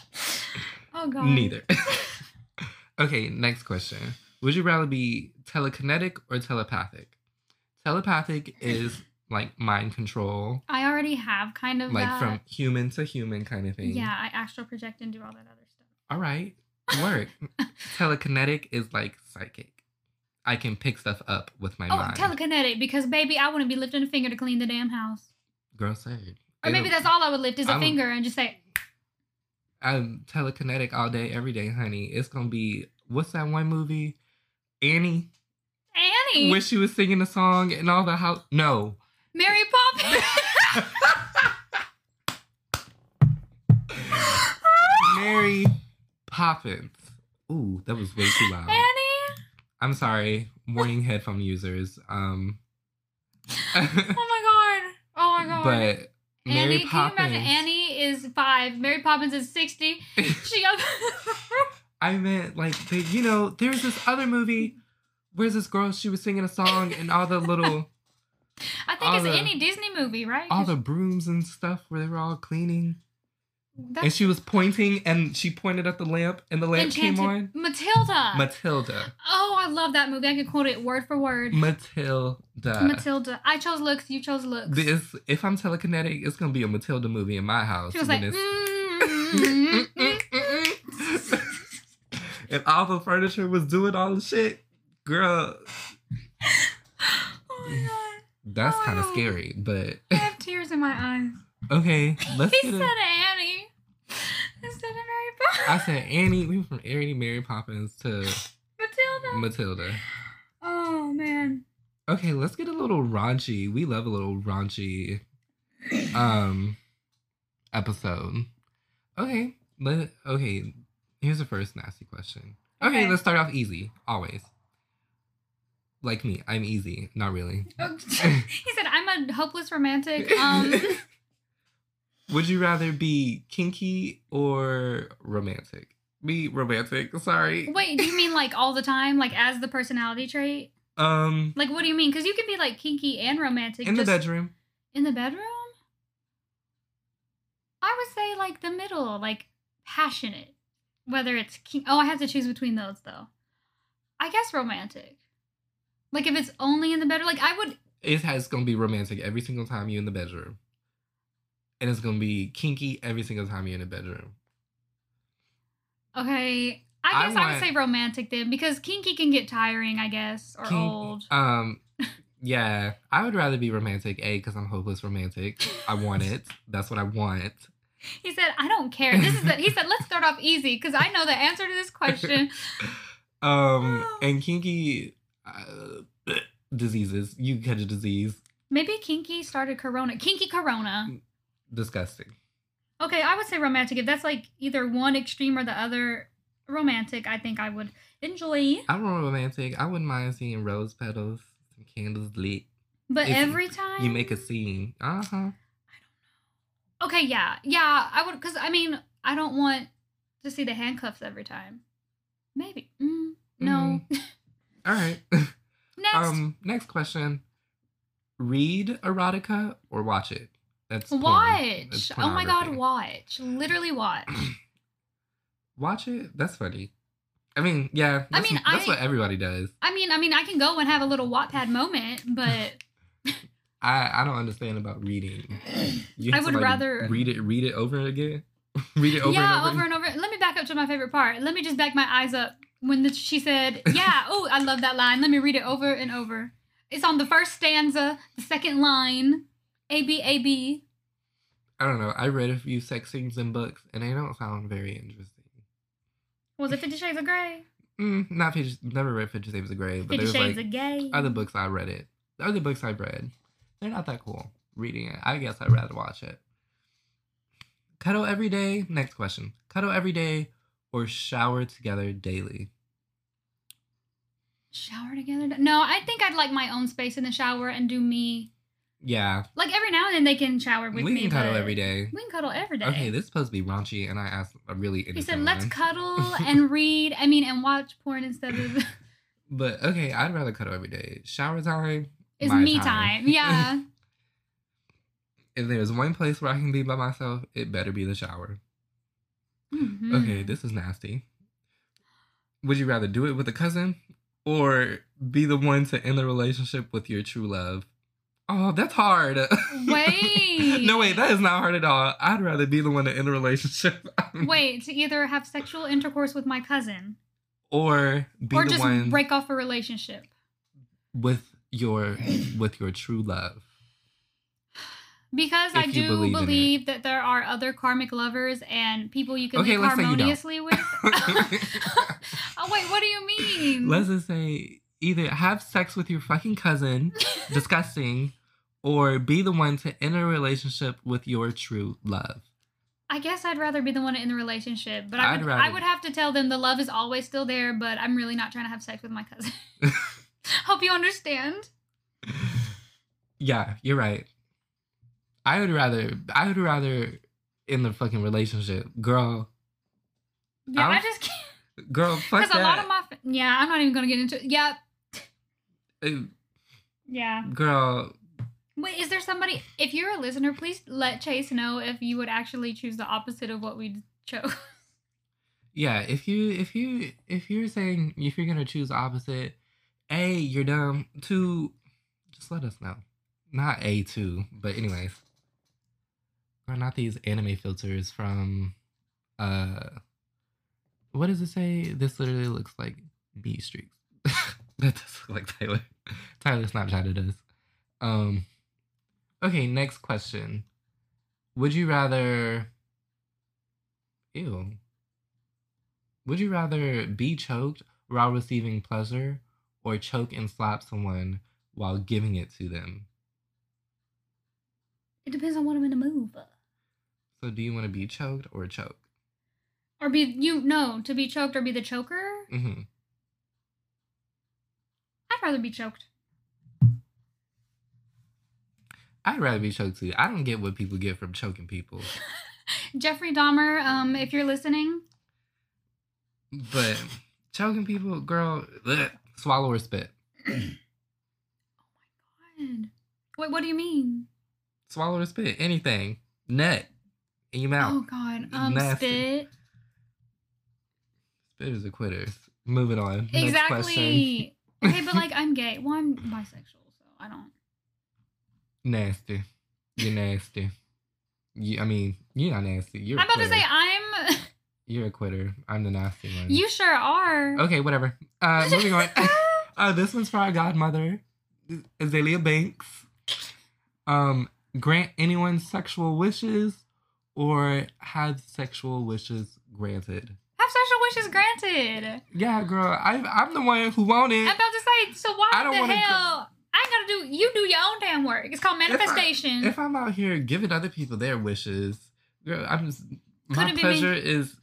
Speaker 2: Oh God.
Speaker 1: neither. okay, next question. Would you rather be telekinetic or telepathic? Telepathic is like mind control,
Speaker 2: I already have kind of
Speaker 1: like
Speaker 2: that.
Speaker 1: from human to human kind of thing.
Speaker 2: yeah, I astral project and do all that other stuff.
Speaker 1: All right. Work. telekinetic is like psychic. I can pick stuff up with my
Speaker 2: Oh,
Speaker 1: mind.
Speaker 2: telekinetic because baby, I wouldn't be lifting a finger to clean the damn house.
Speaker 1: Girl said.
Speaker 2: Or maybe
Speaker 1: Ew.
Speaker 2: that's all I would lift is a
Speaker 1: I would-
Speaker 2: finger and just say,
Speaker 1: I'm telekinetic all day, every day, honey. It's gonna be what's that one movie? Annie,
Speaker 2: Annie,
Speaker 1: when she was singing the song and all the house. No,
Speaker 2: Mary Poppins.
Speaker 1: Mary Poppins. Ooh, that was way too loud.
Speaker 2: Annie.
Speaker 1: I'm sorry, warning headphone users. Um,
Speaker 2: Oh my god. Oh my god.
Speaker 1: but Mary
Speaker 2: Annie,
Speaker 1: Poppins.
Speaker 2: can you imagine? Annie is five. Mary Poppins is sixty. She up.
Speaker 1: I meant like the, you know, there's this other movie. Where's this girl? She was singing a song and all the little,
Speaker 2: I think
Speaker 1: All
Speaker 2: it's
Speaker 1: the-
Speaker 2: any Disney movie, right?
Speaker 1: all the brooms and stuff where they were all cleaning. And
Speaker 2: That's
Speaker 1: she was pointing and she pointed at the lamp and the lamp
Speaker 2: Enchanted.
Speaker 1: came on.
Speaker 2: Matilda.
Speaker 1: Matilda.
Speaker 2: oh, I love that movie. I could quote it word for word.
Speaker 1: Matilda.
Speaker 2: Matilda. I chose looks. You chose looks.
Speaker 1: This, if I'm telekinetic, it's gonna be a Matilda movie in my house.
Speaker 2: she was like,
Speaker 1: when it's-
Speaker 2: mm, mm, mm, mm, mm.
Speaker 1: if all the furniture was doing all the shit, girl,
Speaker 2: oh my god.
Speaker 1: that's kind of
Speaker 2: Oh.
Speaker 1: scary. But
Speaker 2: I have tears in my eyes.
Speaker 1: okay, let's
Speaker 2: He
Speaker 1: get
Speaker 2: said
Speaker 1: it.
Speaker 2: Annie. Instead of Mary Poppins.
Speaker 1: I said Annie. We went from Annie, Mary Poppins to
Speaker 2: Matilda.
Speaker 1: Matilda.
Speaker 2: oh man.
Speaker 1: Okay, let's get a little raunchy. We love a little raunchy, um, episode. Okay, let okay. Here's the first nasty question. Okay,
Speaker 2: Okay.
Speaker 1: let's start off easy. Always. Like me, I'm easy. Not really.
Speaker 2: Oh, he said, "I'm a hopeless romantic." Um,
Speaker 1: Would you rather be kinky or romantic? Be romantic. Sorry.
Speaker 2: wait, do you mean like all the time, like as the personality trait?
Speaker 1: Um,
Speaker 2: Like, what do you mean? Because you can be like kinky and romantic
Speaker 1: in the
Speaker 2: just-
Speaker 1: bedroom.
Speaker 2: In the bedroom, I would say like the middle, like passionate. Whether it's kin- oh, I have to choose between those though. I guess romantic. Like if it's only in the bedroom, like I would.
Speaker 1: It has gonna be romantic every single time you in the bedroom, and it's gonna be kinky every single time you in the bedroom.
Speaker 2: Okay.
Speaker 1: I
Speaker 2: I guess I, would
Speaker 1: want-
Speaker 2: say romantic then because kinky can get tiring, I guess, or
Speaker 1: Kin-
Speaker 2: old.
Speaker 1: Um, yeah, I would rather be romantic. A, because I'm hopeless romantic. I want it. That's what I want.
Speaker 2: He said, I don't care. This is the, he said, let's start off easy because I know the answer to this question.
Speaker 1: Um,
Speaker 2: Oh.
Speaker 1: and kinky uh, diseases. You catch a disease.
Speaker 2: Maybe Kinky started Corona. Kinky Corona.
Speaker 1: Disgusting.
Speaker 2: Okay, I would say romantic. If that's like either one extreme or the other, romantic, I think I would enjoy.
Speaker 1: I'm romantic. I wouldn't mind seeing rose petals, some candles lit.
Speaker 2: But
Speaker 1: If
Speaker 2: every time.
Speaker 1: You make a scene. Uh huh.
Speaker 2: Okay, yeah. Yeah, I would, because I mean, I don't want to see the handcuffs every time. Maybe. Mm, no.
Speaker 1: All right.
Speaker 2: Next.
Speaker 1: Mm-hmm. Um. Next question. Read erotica or watch it. That's porn. That's
Speaker 2: watch. Oh my god,
Speaker 1: pornography.
Speaker 2: watch. Literally watch.
Speaker 1: Watch it. That's funny. I mean, yeah.
Speaker 2: I
Speaker 1: That's,
Speaker 2: mean,
Speaker 1: that's
Speaker 2: I-
Speaker 1: what everybody does.
Speaker 2: I mean, I mean, I can go and have a little Wattpad moment, but.
Speaker 1: I I don't understand about reading. You
Speaker 2: I
Speaker 1: have to,
Speaker 2: would
Speaker 1: like,
Speaker 2: rather-
Speaker 1: read it. Read it over and again. read it over.
Speaker 2: yeah,
Speaker 1: and over.
Speaker 2: over and over. Let me back up to my favorite part. Let me just back my eyes up when the, she said, "Yeah, oh, I love that line." Let me read it over and over. It's on the first stanza, the second line, A B A B.
Speaker 1: I don't know. I read a few sex scenes and books, and they don't sound very interesting.
Speaker 2: Was it Fifty Shades of Grey?
Speaker 1: Mm, not Fifty. Never read Fifty Shades of Grey, but
Speaker 2: Fifty
Speaker 1: there's
Speaker 2: Shades
Speaker 1: like
Speaker 2: of Gay.
Speaker 1: other books I read it. The other books I've read, they're not that cool. Reading it, I guess I'd rather watch it. Cuddle every day. Next question: Cuddle every day or shower together daily?
Speaker 2: shower together. No, I think I'd like my own space in the shower and do me.
Speaker 1: Yeah,
Speaker 2: Like every now and then they can shower with
Speaker 1: we
Speaker 2: me.
Speaker 1: can cuddle
Speaker 2: but-
Speaker 1: every day.
Speaker 2: We can cuddle every day.
Speaker 1: Okay, this is supposed to be raunchy, and I asked a really
Speaker 2: he
Speaker 1: interesting
Speaker 2: said, "Let's
Speaker 1: one.
Speaker 2: cuddle and read. I mean, and watch porn instead of."
Speaker 1: But okay, I'd rather cuddle every day. Shower time.
Speaker 2: It's
Speaker 1: my
Speaker 2: me time. Yeah.
Speaker 1: If there's one place where I can be by myself, it better be the shower.
Speaker 2: Mhm.
Speaker 1: Okay, this is nasty. Would you rather do it with a cousin or be the one to end the relationship with your true love? Oh, that's hard.
Speaker 2: Wait.
Speaker 1: no, wait, that is not hard at all. I'd rather be the one to end the relationship
Speaker 2: Wait, to either have sexual intercourse with my cousin
Speaker 1: or be
Speaker 2: or
Speaker 1: the
Speaker 2: just
Speaker 1: one
Speaker 2: break off a relationship.
Speaker 1: with your with your true love.
Speaker 2: Because I
Speaker 1: If you
Speaker 2: do
Speaker 1: believe
Speaker 2: believe,
Speaker 1: in it.
Speaker 2: that there are other karmic lovers and people you can
Speaker 1: Okay,
Speaker 2: live
Speaker 1: let's say you don't.
Speaker 2: harmoniously with. oh, wait, what do you mean?
Speaker 1: Let's just say either have sex with your fucking cousin, disgusting, or be the one to end a relationship with your true love.
Speaker 2: I guess I'd rather be the one in the relationship, but I
Speaker 1: I'd
Speaker 2: would,
Speaker 1: rather-
Speaker 2: I would have to tell them the love is always still there, but I'm really not trying to have sex with my cousin. Hope you understand.
Speaker 1: Yeah, you're right. I would rather I would rather in the fucking relationship, girl,
Speaker 2: Yeah, I
Speaker 1: I'll-
Speaker 2: just can't.
Speaker 1: girl, fuck
Speaker 2: Because a lot
Speaker 1: that,
Speaker 2: of my. fa- Yeah, I'm not even going to get into Yeah.
Speaker 1: Uh,
Speaker 2: Yeah.
Speaker 1: girl.
Speaker 2: Wait, is there somebody. If you're a listener, please let Chase know if you would actually choose the opposite of what we chose.
Speaker 1: Yeah, if you if you if you're saying if you're gonna choose opposite, a you're dumb. Two, just let us know. Not a two, but anyways, are not these anime filters from, uh, what does it say? This literally looks like B streaks. that does look like Tyler. Tyler Snapchatted us. Um, okay, next question. Would you rather? Ew. Would you rather be choked while receiving pleasure or choke and slap someone while giving it to them?
Speaker 2: It depends on what I'm in the mood.
Speaker 1: So, do you want to be choked or choke?
Speaker 2: Or be. You. No, to be choked or be the choker?
Speaker 1: hmm
Speaker 2: I'd rather be choked.
Speaker 1: I'd rather be choked too. I don't get what people get from choking people,
Speaker 2: Jeffrey Dahmer, um, if you're listening,
Speaker 1: but choking people, girl, ugh, swallow or spit.
Speaker 2: God. Wait, what do you mean?
Speaker 1: Swallow or spit, anything. Nut in your mouth.
Speaker 2: Oh God, um,
Speaker 1: Nasty.
Speaker 2: spit.
Speaker 1: Spitters are quitters. Moving on. Next question.
Speaker 2: Exactly. okay, but like I'm gay. Well, I'm bisexual, so I don't.
Speaker 1: Nasty. You're nasty. You, I mean, you're not nasty. You're a
Speaker 2: I'm about to
Speaker 1: quitter.
Speaker 2: say I'm.
Speaker 1: You're a quitter. I'm the nasty one.
Speaker 2: you sure are.
Speaker 1: okay, whatever. Uh, moving on. uh, this one's for our godmother, Azalea Banks. Um, grant anyone sexual wishes or have sexual wishes granted.
Speaker 2: Have sexual wishes granted.
Speaker 1: Yeah, girl, I, I'm the one who wanted.
Speaker 2: I'm about to say. So why
Speaker 1: Mm. I don't
Speaker 2: the
Speaker 1: wanna go-
Speaker 2: hell? I gotta do. You do your own damn work. It's called
Speaker 1: I-
Speaker 2: manifestation.
Speaker 1: If I'm out here giving other people their wishes, girl, I'm just, my
Speaker 2: Could've been me.
Speaker 1: pleasure is.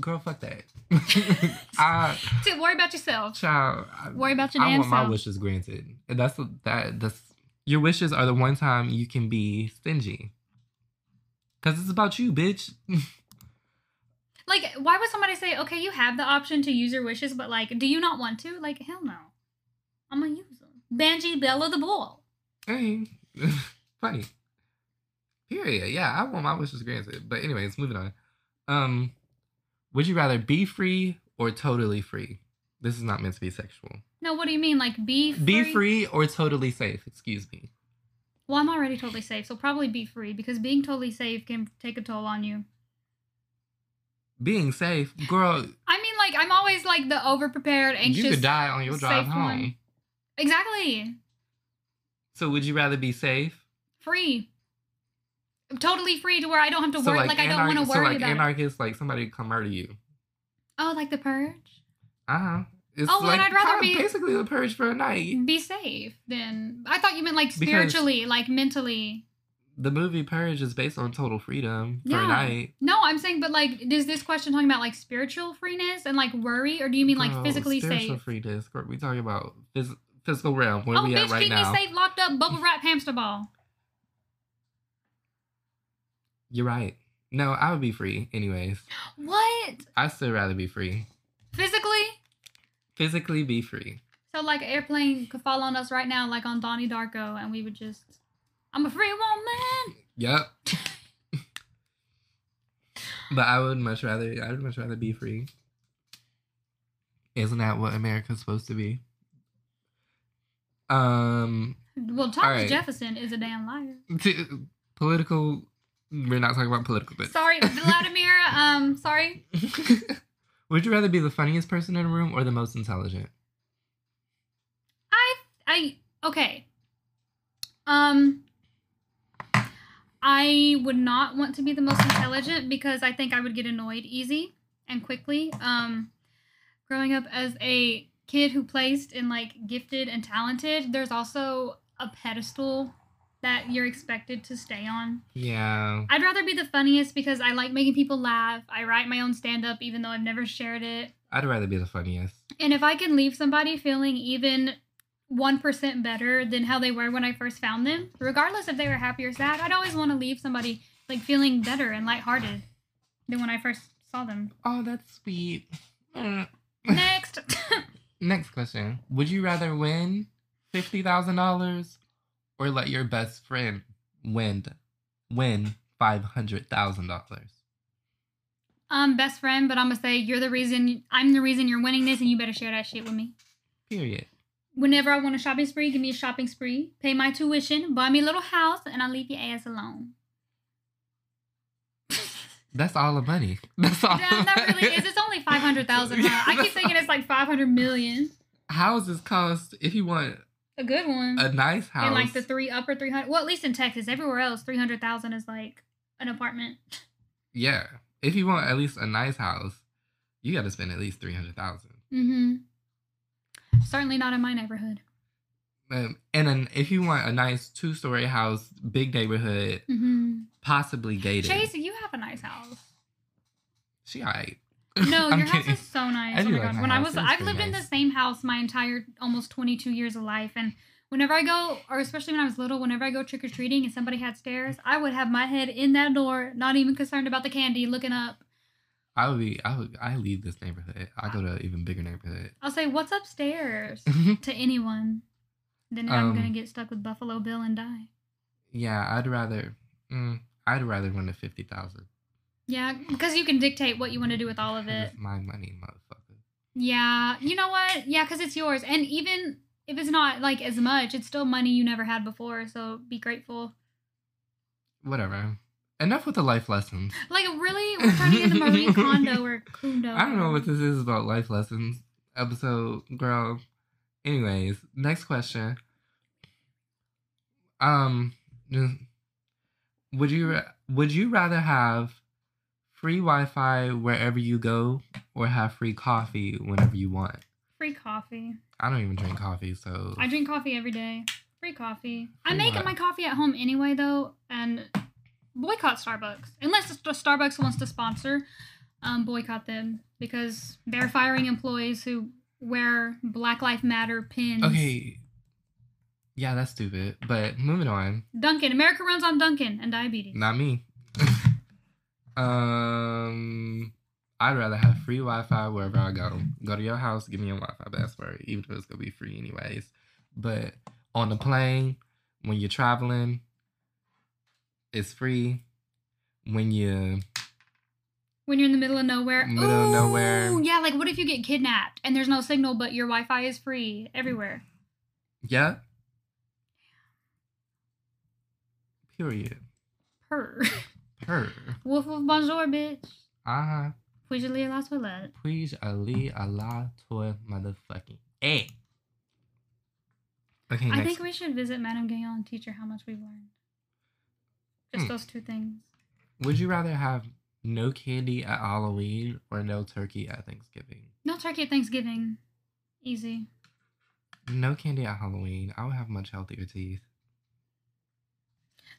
Speaker 1: Girl, fuck that. I,
Speaker 2: to worry about yourself.
Speaker 1: child, I-
Speaker 2: Worry about your
Speaker 1: I
Speaker 2: damn
Speaker 1: want my
Speaker 2: self.
Speaker 1: wishes granted. And that's that. That's your wishes are the one time you can be stingy. Cause it's about you, bitch.
Speaker 2: Like, why would somebody say, "Okay, you have the option to use your wishes, but like, do you not want to?" Like, hell no. I'm gonna use them. Benji, Bella the Bull.
Speaker 1: hey, funny. Period. Yeah, I want my wishes granted. But anyways, moving on. Um, would you rather be free or totally free? This is not meant to be sexual.
Speaker 2: No, what do you mean? Like, be free?
Speaker 1: Be free or totally safe. Excuse me.
Speaker 2: Well, I'm already totally safe, so probably be free because being totally safe can take a toll on you.
Speaker 1: Being safe, girl,
Speaker 2: I mean, like, I'm always like the over prepared, anxious.
Speaker 1: you could die on your drive
Speaker 2: safe
Speaker 1: home.
Speaker 2: one. Exactly.
Speaker 1: So would you rather be safe
Speaker 2: Free. I'm totally free to where I don't have to worry. Like, I don't
Speaker 1: anarch-
Speaker 2: want to
Speaker 1: So
Speaker 2: worry
Speaker 1: like
Speaker 2: about it.
Speaker 1: anarchists, like somebody come murder you.
Speaker 2: Oh, like the purge?
Speaker 1: Uh huh. It's
Speaker 2: Oh, well,
Speaker 1: like
Speaker 2: I'd rather
Speaker 1: kinda
Speaker 2: be-
Speaker 1: basically the purge for a night.
Speaker 2: Be safe then. I thought you meant like
Speaker 1: Because-
Speaker 2: spiritually, like mentally.
Speaker 1: The movie Purge is based on total freedom for
Speaker 2: Yeah.
Speaker 1: a night.
Speaker 2: No, I'm saying, but like, is this question talking about like spiritual freeness and like worry, or do you mean like
Speaker 1: Girl,
Speaker 2: physically
Speaker 1: Oh, spiritual
Speaker 2: safe?
Speaker 1: freedom. Girl, We talking about phys- physical realm where
Speaker 2: oh,
Speaker 1: we
Speaker 2: bitch,
Speaker 1: at right
Speaker 2: keep
Speaker 1: now.
Speaker 2: me safe, locked up, bubble wrap, hamster ball.
Speaker 1: You're right. No, I would be free. Anyways,
Speaker 2: What?
Speaker 1: I still rather be free.
Speaker 2: Physically?
Speaker 1: Physically be free.
Speaker 2: So like, an airplane could fall on us right now, like on Donnie Darko, and we would just, I'm a free woman.
Speaker 1: Yep. but I would much rather. I would much rather be free. Isn't that what America's supposed to be? Um,
Speaker 2: Well,
Speaker 1: All
Speaker 2: Thomas
Speaker 1: right.
Speaker 2: Jefferson is a damn liar.
Speaker 1: t- political. We're not talking about political, but
Speaker 2: Sorry, Vladimir. um, sorry.
Speaker 1: would you rather be the funniest person in a room or the most intelligent?
Speaker 2: I I okay. Um I would not want to be the most intelligent because I think I would get annoyed easy and quickly. Um growing up as a kid who placed in like gifted and talented, there's also a pedestal that you're expected to stay on.
Speaker 1: Yeah,
Speaker 2: I'd rather be the funniest because I like making people laugh. I write my own stand up even though I've never shared it.
Speaker 1: I'd rather be the funniest.
Speaker 2: And if I can leave somebody feeling even one percent better than how they were when I first found them. Regardless if they were happy or sad, I'd always want to leave somebody like feeling better and lighthearted than when I first saw them.
Speaker 1: Oh, that's sweet. Mm.
Speaker 2: Next,
Speaker 1: Next question. Would you rather win fifty thousand dollars or let your best friend win win five hundred thousand dollars?
Speaker 2: um, best friend, but I'm gonna say you're the reason. I'm the reason you're winning this, and you better share that shit with me.
Speaker 1: Period.
Speaker 2: Whenever I want a shopping spree, give me a shopping spree, pay my tuition, buy me a little house, and I leave your ass alone.
Speaker 1: That's all the money. That's all.
Speaker 2: Yeah,
Speaker 1: the
Speaker 2: that really
Speaker 1: money.
Speaker 2: is. It's only five hundred thousand. I keep thinking it's like five hundred million.
Speaker 1: Houses cost if you want
Speaker 2: A good one.
Speaker 1: a nice house.
Speaker 2: Mm-hmm. In like the three upper three hundred. Well, at least in Texas, everywhere else, three hundred thousand is like an apartment.
Speaker 1: yeah, if you want at least a nice house, you got to spend at least three hundred thousand.
Speaker 2: Mm-hmm. Certainly not in my neighborhood.
Speaker 1: Um, and then if you want a nice two story house, big neighborhood,
Speaker 2: Mm-hmm.
Speaker 1: possibly gated.
Speaker 2: Chase, you have a nice house.
Speaker 1: She alright.
Speaker 2: No,
Speaker 1: I'm
Speaker 2: your
Speaker 1: kidding.
Speaker 2: house is so nice.
Speaker 1: I
Speaker 2: oh
Speaker 1: do
Speaker 2: my
Speaker 1: like
Speaker 2: god.
Speaker 1: my
Speaker 2: when I
Speaker 1: house.
Speaker 2: was
Speaker 1: It is
Speaker 2: I've
Speaker 1: pretty
Speaker 2: lived in the
Speaker 1: nice.
Speaker 2: same house my entire almost 22 years of life and whenever I go or especially when I was little whenever I go trick or treating and somebody had stairs, I would have my head in that door, not even concerned about the candy, looking up.
Speaker 1: I would be. I would. I leave this neighborhood. I go to an even bigger neighborhood.
Speaker 2: I'll say what's upstairs to anyone. Then
Speaker 1: Um,
Speaker 2: I'm going to get stuck with Buffalo Bill and die.
Speaker 1: yeah, I'd rather. Mm, I'd rather win the fifty thousand.
Speaker 2: Yeah, because you can dictate what you want to do with all of it.
Speaker 1: It's my money, motherfucker.
Speaker 2: Yeah, you know what? Yeah, because it's yours. And even if it's not like as much, it's still money you never had before. So be grateful.
Speaker 1: Whatever. Enough with the life lessons.
Speaker 2: Like, really, we're turning into Marie Kondo or Kundo.
Speaker 1: I don't know what this is about life lessons episode, girl. Anyways, next question. Um, would you ra- would you rather have free Wi-Fi wherever you go, or have free coffee whenever you want?
Speaker 2: Free coffee.
Speaker 1: I don't even drink coffee, so
Speaker 2: I drink coffee every day. Free coffee. I
Speaker 1: Free
Speaker 2: make
Speaker 1: what?
Speaker 2: my coffee at home anyway, though, and boycott Starbucks. Unless the Star- Starbucks wants to sponsor, um, boycott them because they're firing employees who wear Black Life Matter pins.
Speaker 1: okay. Yeah, that's stupid. But moving on.
Speaker 2: Duncan. America runs on Duncan and diabetes.
Speaker 1: Not me. um, I'd rather have free Wi-Fi wherever I go. Go to your house, give me your Wi-Fi password, even though it's gonna be free anyways. But on the plane, when you're traveling, it's free. When you
Speaker 2: When you're in the middle of nowhere.
Speaker 1: Middle of nowhere.
Speaker 2: Ooh, Yeah, like what if you get kidnapped and there's no signal, but your Wi-Fi is free everywhere.
Speaker 1: yeah. Period.
Speaker 2: Purr.
Speaker 1: Per.
Speaker 2: Woof woof bonjour, bitch.
Speaker 1: Ah,
Speaker 2: Puis je lis la toilette.
Speaker 1: please Ali Allah toy motherfucking. Hey. Okay,
Speaker 2: I
Speaker 1: next
Speaker 2: think we should visit Madame Gagnon and teach her how much we've learned. Just
Speaker 1: Hmm.
Speaker 2: those two things.
Speaker 1: Would you rather have no candy at Halloween or no turkey at Thanksgiving?
Speaker 2: No turkey at Thanksgiving. Easy.
Speaker 1: No candy at Halloween. I would have much healthier teeth.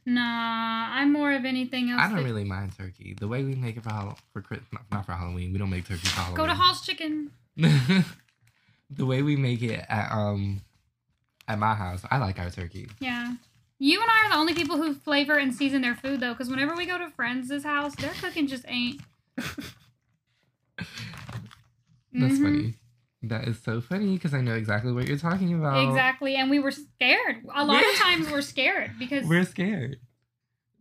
Speaker 2: Nah, I'm more of anything else.
Speaker 1: I don't
Speaker 2: that-
Speaker 1: really mind turkey. The way we make it for Hall- for Christmas, not, not for Halloween. We don't make turkey for Halloween.
Speaker 2: Go to Hall's Chicken.
Speaker 1: the way we make it at um at my house, I like our turkey.
Speaker 2: Yeah. You and I are the only people who flavor and season their food though, because whenever we go to friends' house, their cooking just ain't.
Speaker 1: That's
Speaker 2: Mhm.
Speaker 1: funny. That is so funny because I know exactly what you're talking about.
Speaker 2: Exactly, and we were scared. A lot of times we're scared because
Speaker 1: We're scared.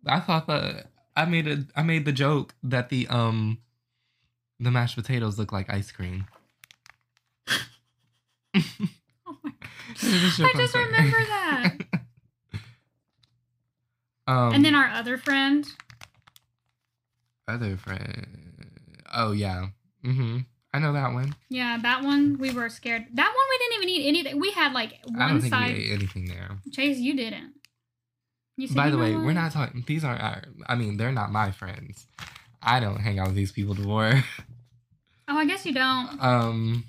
Speaker 1: I thought that I made a I made the joke that the um the mashed potatoes look like ice cream.
Speaker 2: Oh my-
Speaker 1: This joke
Speaker 2: I
Speaker 1: on
Speaker 2: just
Speaker 1: Twitter.
Speaker 2: remember that.
Speaker 1: Um,
Speaker 2: and then our other friend,
Speaker 1: other friend. Oh yeah. Mhm. I know that one.
Speaker 2: yeah, that one we were scared. That one we didn't even eat anything. We had like
Speaker 1: I don't
Speaker 2: one
Speaker 1: think we
Speaker 2: side.
Speaker 1: ate anything there.
Speaker 2: Chase, you didn't. You said,
Speaker 1: By
Speaker 2: "You
Speaker 1: the
Speaker 2: know
Speaker 1: way, we're
Speaker 2: what?
Speaker 1: not talking. These aren't our. I mean, they're not my friends. I don't hang out with these people to war.
Speaker 2: Oh, I guess you don't.
Speaker 1: um.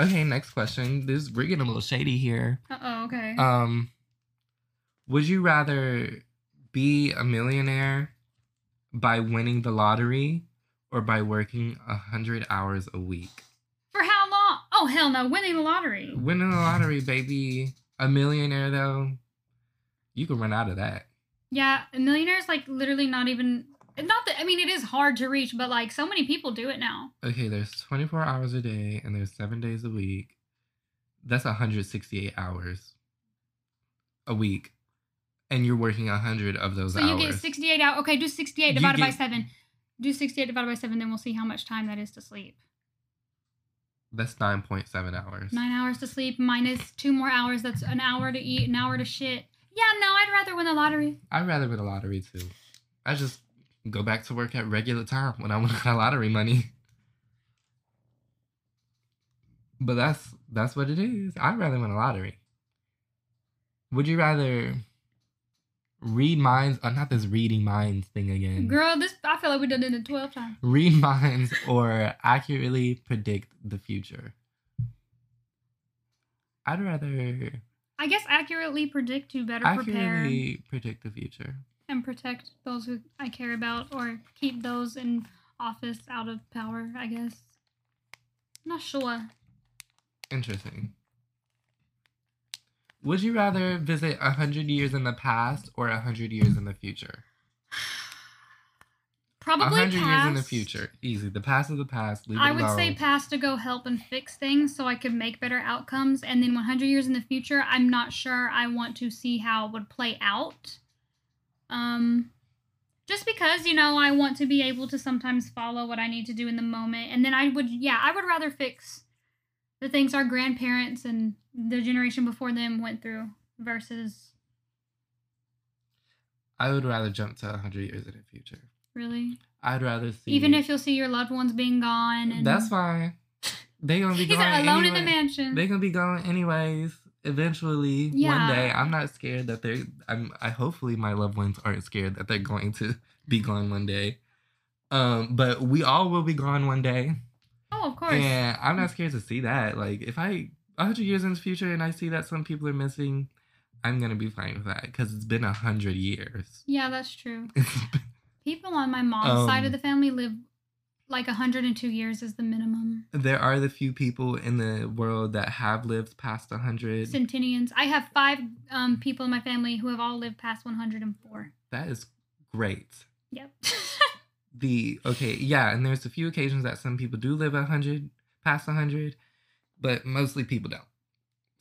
Speaker 1: Okay. Next question. This we're getting a little shady here.
Speaker 2: Uh oh, okay.
Speaker 1: Um, would you rather be a millionaire by winning the lottery or by working a hundred hours a week?
Speaker 2: For how long? Oh hell no! Winning the lottery.
Speaker 1: Winning the lottery, baby. A millionaire though, you can run out of that.
Speaker 2: Yeah, a millionaire's like literally not even. Not that I mean, it is hard to reach, but like so many people do it now.
Speaker 1: Okay, there's 24 hours a day and there's seven days a week. That's 168 hours a week, and you're working 100 of those
Speaker 2: So
Speaker 1: hours.
Speaker 2: you get 68 out. Okay, do 68
Speaker 1: You
Speaker 2: divided by
Speaker 1: get-
Speaker 2: 7. Do 68 divided by 7, then we'll see how much time that is to sleep.
Speaker 1: That's 9.7 hours.
Speaker 2: Nine hours to sleep minus two more hours. That's an hour to eat, an hour to shit. Yeah, no, I'd rather win the lottery.
Speaker 1: I'd rather win a lottery too. I just go back to work at regular time when I win my lottery money. But that's that's what it is. I'd rather win a lottery. Would you rather read minds? Oh, not this reading minds thing again.
Speaker 2: Girl, this I feel like we done it in 12 times.
Speaker 1: Read minds or accurately predict the future. I'd rather
Speaker 2: I guess accurately predict to better prepare
Speaker 1: accurately predict the future.
Speaker 2: and protect those who I care about or keep those in office out of power, I guess. Not sure.
Speaker 1: Interesting. Would you rather visit a hundred years in the past or a hundred years in the future? A
Speaker 2: Probably
Speaker 1: hundred years in the
Speaker 2: past.
Speaker 1: future, easy. The past is the past. Leave it
Speaker 2: I would
Speaker 1: alone.
Speaker 2: say past to go help and fix things so I could make better outcomes. And then 100 years in the future, I'm not sure I want to see how it would play out. Um, just because, you know, I want to be able to sometimes follow what I need to do in the moment. And then I would, yeah, I would rather fix the things our grandparents and the generation before them went through versus
Speaker 1: I would rather jump to a hundred years in the future.
Speaker 2: really.
Speaker 1: I'd rather see.
Speaker 2: Even if you'll see your loved ones being gone. And
Speaker 1: that's fine. They gonna be
Speaker 2: He's
Speaker 1: going
Speaker 2: alone in the
Speaker 1: anyway.
Speaker 2: mansion.
Speaker 1: They gonna be gone anyways. Eventually, one
Speaker 2: Yeah.
Speaker 1: day. I'm not scared that they're. I'm. I hopefully my loved ones aren't scared that they're going to be gone one day. Um, but we all will be gone one day.
Speaker 2: oh, of course.
Speaker 1: Yeah, I'm not scared to see that. Like, if I 100 years in the future and I see that some people are missing, I'm gonna be fine with that because it's been a hundred years.
Speaker 2: Yeah, that's true. People on my mom's
Speaker 1: Um,
Speaker 2: side of the family live like 102 years is the minimum.
Speaker 1: there are the few people in the world that have lived past a hundred.
Speaker 2: Centennians. I have five um, people in my family who have all lived past 104.
Speaker 1: that is great.
Speaker 2: Yep.
Speaker 1: The okay, yeah, and there's a few occasions that some people do live a hundred past a hundred, but mostly people don't.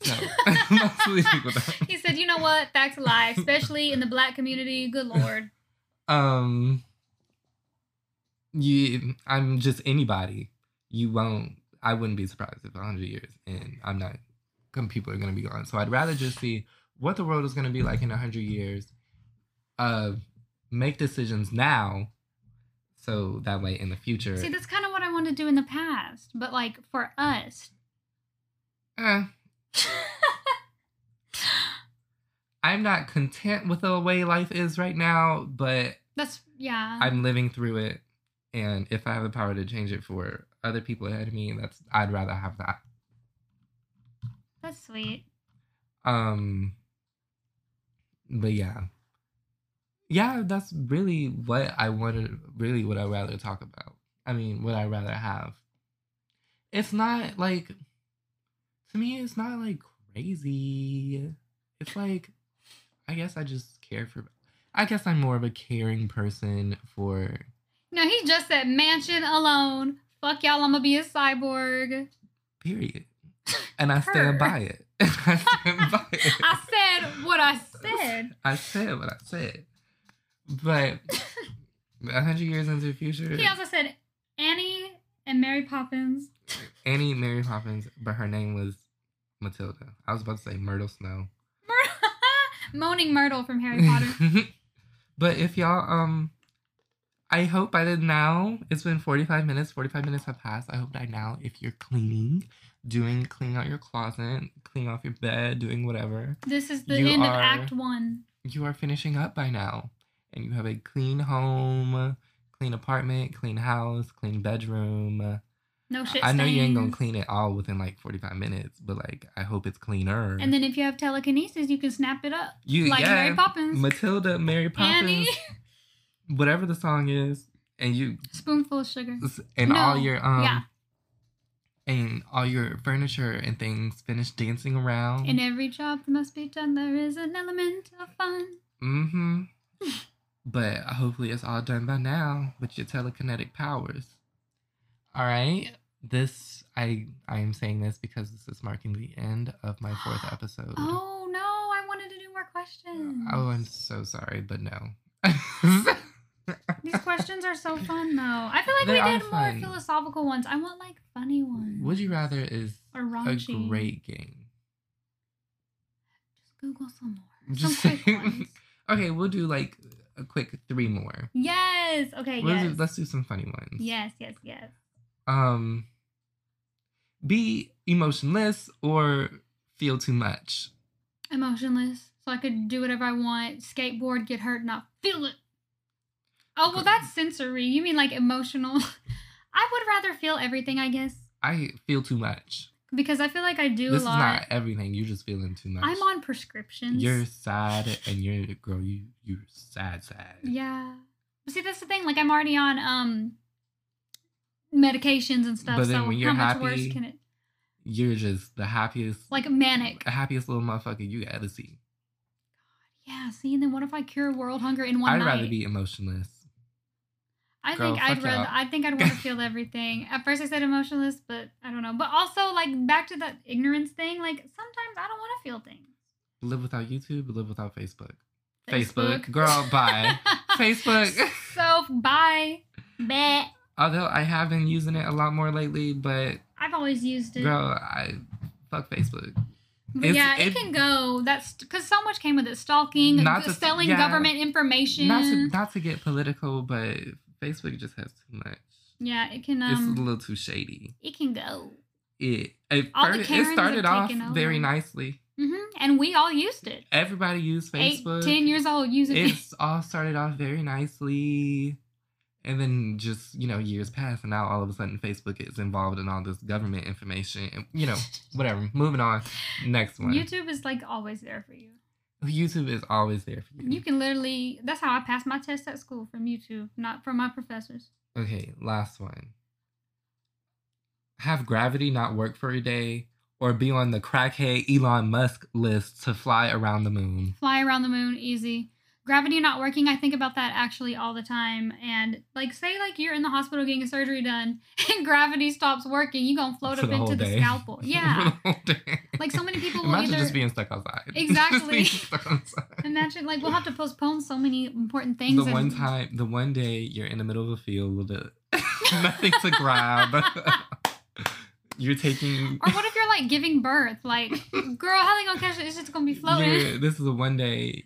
Speaker 1: So mostly people don't.
Speaker 2: he said, you know what? Facts alive, especially in the black community. Good lord.
Speaker 1: um you i'm just anybody you won't i wouldn't be surprised if 100 years and i'm not some people are going to be gone so i'd rather just see what the world is going to be like in 100 years uh make decisions now so that way in the future
Speaker 2: See, that's kind of what I wanted to do in the past, but like for us.
Speaker 1: eh, i'm not content with the way life is right now but
Speaker 2: that's, yeah.
Speaker 1: I'm living through it, and if I have the power to change it for other people ahead of me, that's I'd rather have that.
Speaker 2: that's sweet.
Speaker 1: Um, but yeah, yeah, that's really what I wanted. Really, what I rather talk about. I mean, what I rather have. It's not like, to me, it's not like crazy. It's like, I guess I just care for. I guess I'm more of a caring person for
Speaker 2: No, he just said mansion alone. Fuck y'all, I'm gonna be a cyborg.
Speaker 1: Period. And I
Speaker 2: Purr.
Speaker 1: stand by it. I stand by it.
Speaker 2: I said what I said.
Speaker 1: I said what I said. But a hundred years into the future,
Speaker 2: He also said Annie and Mary Poppins.
Speaker 1: Annie Mary Poppins, but her name was Matilda. I was about to say Myrtle Snow.
Speaker 2: Myr- Moaning Myrtle from Harry Potter.
Speaker 1: but if y'all um I hope by the now it's been 45 minutes. 45 minutes have passed. I hope by now if you're cleaning, doing cleaning out your closet, cleaning off your bed, doing whatever.
Speaker 2: This is the
Speaker 1: You
Speaker 2: end
Speaker 1: are-
Speaker 2: of Act One.
Speaker 1: you are finishing up by now and you have a clean home clean apartment clean house clean bedroom
Speaker 2: No shit.
Speaker 1: i know you ain't gonna
Speaker 2: stains.
Speaker 1: clean it all within like 45 minutes but like i hope it's cleaner
Speaker 2: And then if you have telekinesis, you can snap it up
Speaker 1: you
Speaker 2: like
Speaker 1: yeah,
Speaker 2: Mary Poppins.
Speaker 1: matilda mary poppins
Speaker 2: Annie,
Speaker 1: whatever the song is and you
Speaker 2: spoonful of sugar.
Speaker 1: and all
Speaker 2: No,
Speaker 1: your um
Speaker 2: yeah.
Speaker 1: and all your furniture and things finish dancing around.
Speaker 2: In every job that must be done, there is an element of fun.
Speaker 1: mm-hmm. but hopefully it's all done by now with your telekinetic powers. All right. This I I am saying this because this is marking the end of my fourth episode.
Speaker 2: Oh no, I wanted to do more questions.
Speaker 1: Oh, I'm so sorry, but no.
Speaker 2: These questions are so fun though. I feel like
Speaker 1: They
Speaker 2: we
Speaker 1: are
Speaker 2: did
Speaker 1: fun.
Speaker 2: more philosophical ones. I want like funny ones.
Speaker 1: Would you rather is
Speaker 2: or
Speaker 1: a
Speaker 2: raunchy.
Speaker 1: great game.
Speaker 2: Just Google some more.
Speaker 1: Just
Speaker 2: some quick
Speaker 1: saying.
Speaker 2: ones.
Speaker 1: Okay, we'll do like a quick three more.
Speaker 2: Yes. Okay.
Speaker 1: We'll
Speaker 2: yes.
Speaker 1: do- let's do some funny ones.
Speaker 2: yes. Yes. Yes.
Speaker 1: Um, be emotionless or feel too much.
Speaker 2: Emotionless, so I could do whatever I want. Skateboard, get hurt, not feel it. Oh well, that's sensory. You mean like emotional? I would rather feel everything, I guess,
Speaker 1: I feel too much.
Speaker 2: because I feel like I do
Speaker 1: this is
Speaker 2: a lot.
Speaker 1: not everything. You're just feeling too much.
Speaker 2: I'm on prescriptions.
Speaker 1: You're sad, and you're girl. You you're sad, sad.
Speaker 2: Yeah. But see, that's the thing. Like, I'm already on um medications and stuff.
Speaker 1: But then
Speaker 2: so
Speaker 1: when you're
Speaker 2: how much
Speaker 1: happy-
Speaker 2: worse can it?
Speaker 1: You're just the happiest,
Speaker 2: Like manic.
Speaker 1: happiest little motherfucker you ever see.
Speaker 2: Yeah. See, and then what if I cure world hunger in one
Speaker 1: I'd
Speaker 2: night?
Speaker 1: rather be emotionless.
Speaker 2: I
Speaker 1: girl,
Speaker 2: think I'd
Speaker 1: fuck
Speaker 2: rather.
Speaker 1: y'all.
Speaker 2: I think I'd want to feel everything. At first, I said emotionless, but I don't know. But also, like back to that ignorance thing. Like sometimes I don't want to feel things.
Speaker 1: Live without YouTube. Live without Facebook. Facebook. Girl, bye. Facebook.
Speaker 2: so bye. Bet.
Speaker 1: Although I have been using it a lot more lately, but
Speaker 2: I've always used it.
Speaker 1: girl, I fuck Facebook.
Speaker 2: But
Speaker 1: It's-
Speaker 2: yeah, it,
Speaker 1: it-
Speaker 2: can go. That's because so much came with it: stalking,
Speaker 1: Not
Speaker 2: g-
Speaker 1: to-
Speaker 2: selling
Speaker 1: yeah.
Speaker 2: government information.
Speaker 1: Not to not to get political, but Facebook just has too much.
Speaker 2: yeah, it can.
Speaker 1: it's a
Speaker 2: Um,
Speaker 1: little too shady.
Speaker 2: it can go.
Speaker 1: It it,
Speaker 2: All the
Speaker 1: first,
Speaker 2: Karens
Speaker 1: it
Speaker 2: have
Speaker 1: started off
Speaker 2: taken
Speaker 1: very
Speaker 2: over.
Speaker 1: nicely.
Speaker 2: hmm And we all used it.
Speaker 1: Everybody used Facebook.
Speaker 2: Eight, ten years old using it.
Speaker 1: it's all started off very nicely. And then just, you know, years pass and now all of a sudden Facebook is involved in all this government information and you know, whatever. Moving on. Next one. YouTube,
Speaker 2: YouTube is like always there for you.
Speaker 1: is always there for you.
Speaker 2: You can literally. That's how I passed my test at school from YouTube, not from my professors.
Speaker 1: Okay, last one. Have gravity not work for a day or be on the crackhead Elon Musk list to fly around the moon.
Speaker 2: Fly around the moon, easy. Gravity not working. I think about that actually all the time. And like, say like you're in the hospital getting a surgery done, and gravity stops working, you gonna float
Speaker 1: For
Speaker 2: up
Speaker 1: the
Speaker 2: into
Speaker 1: whole
Speaker 2: the
Speaker 1: day.
Speaker 2: scalpel. Yeah.
Speaker 1: For the whole day.
Speaker 2: Like so many people will
Speaker 1: Imagine
Speaker 2: either
Speaker 1: just being stuck outside. Just
Speaker 2: Exactly.
Speaker 1: being stuck outside.
Speaker 2: imagine like we'll have to postpone so many important things.
Speaker 1: The
Speaker 2: and-
Speaker 1: one time, the one day you're in the middle of a field with a, nothing to grab. you're taking.
Speaker 2: Or what if you're like giving birth? Like, girl, how they gonna catch it? It's just gonna be floating.
Speaker 1: you're- this is a one day.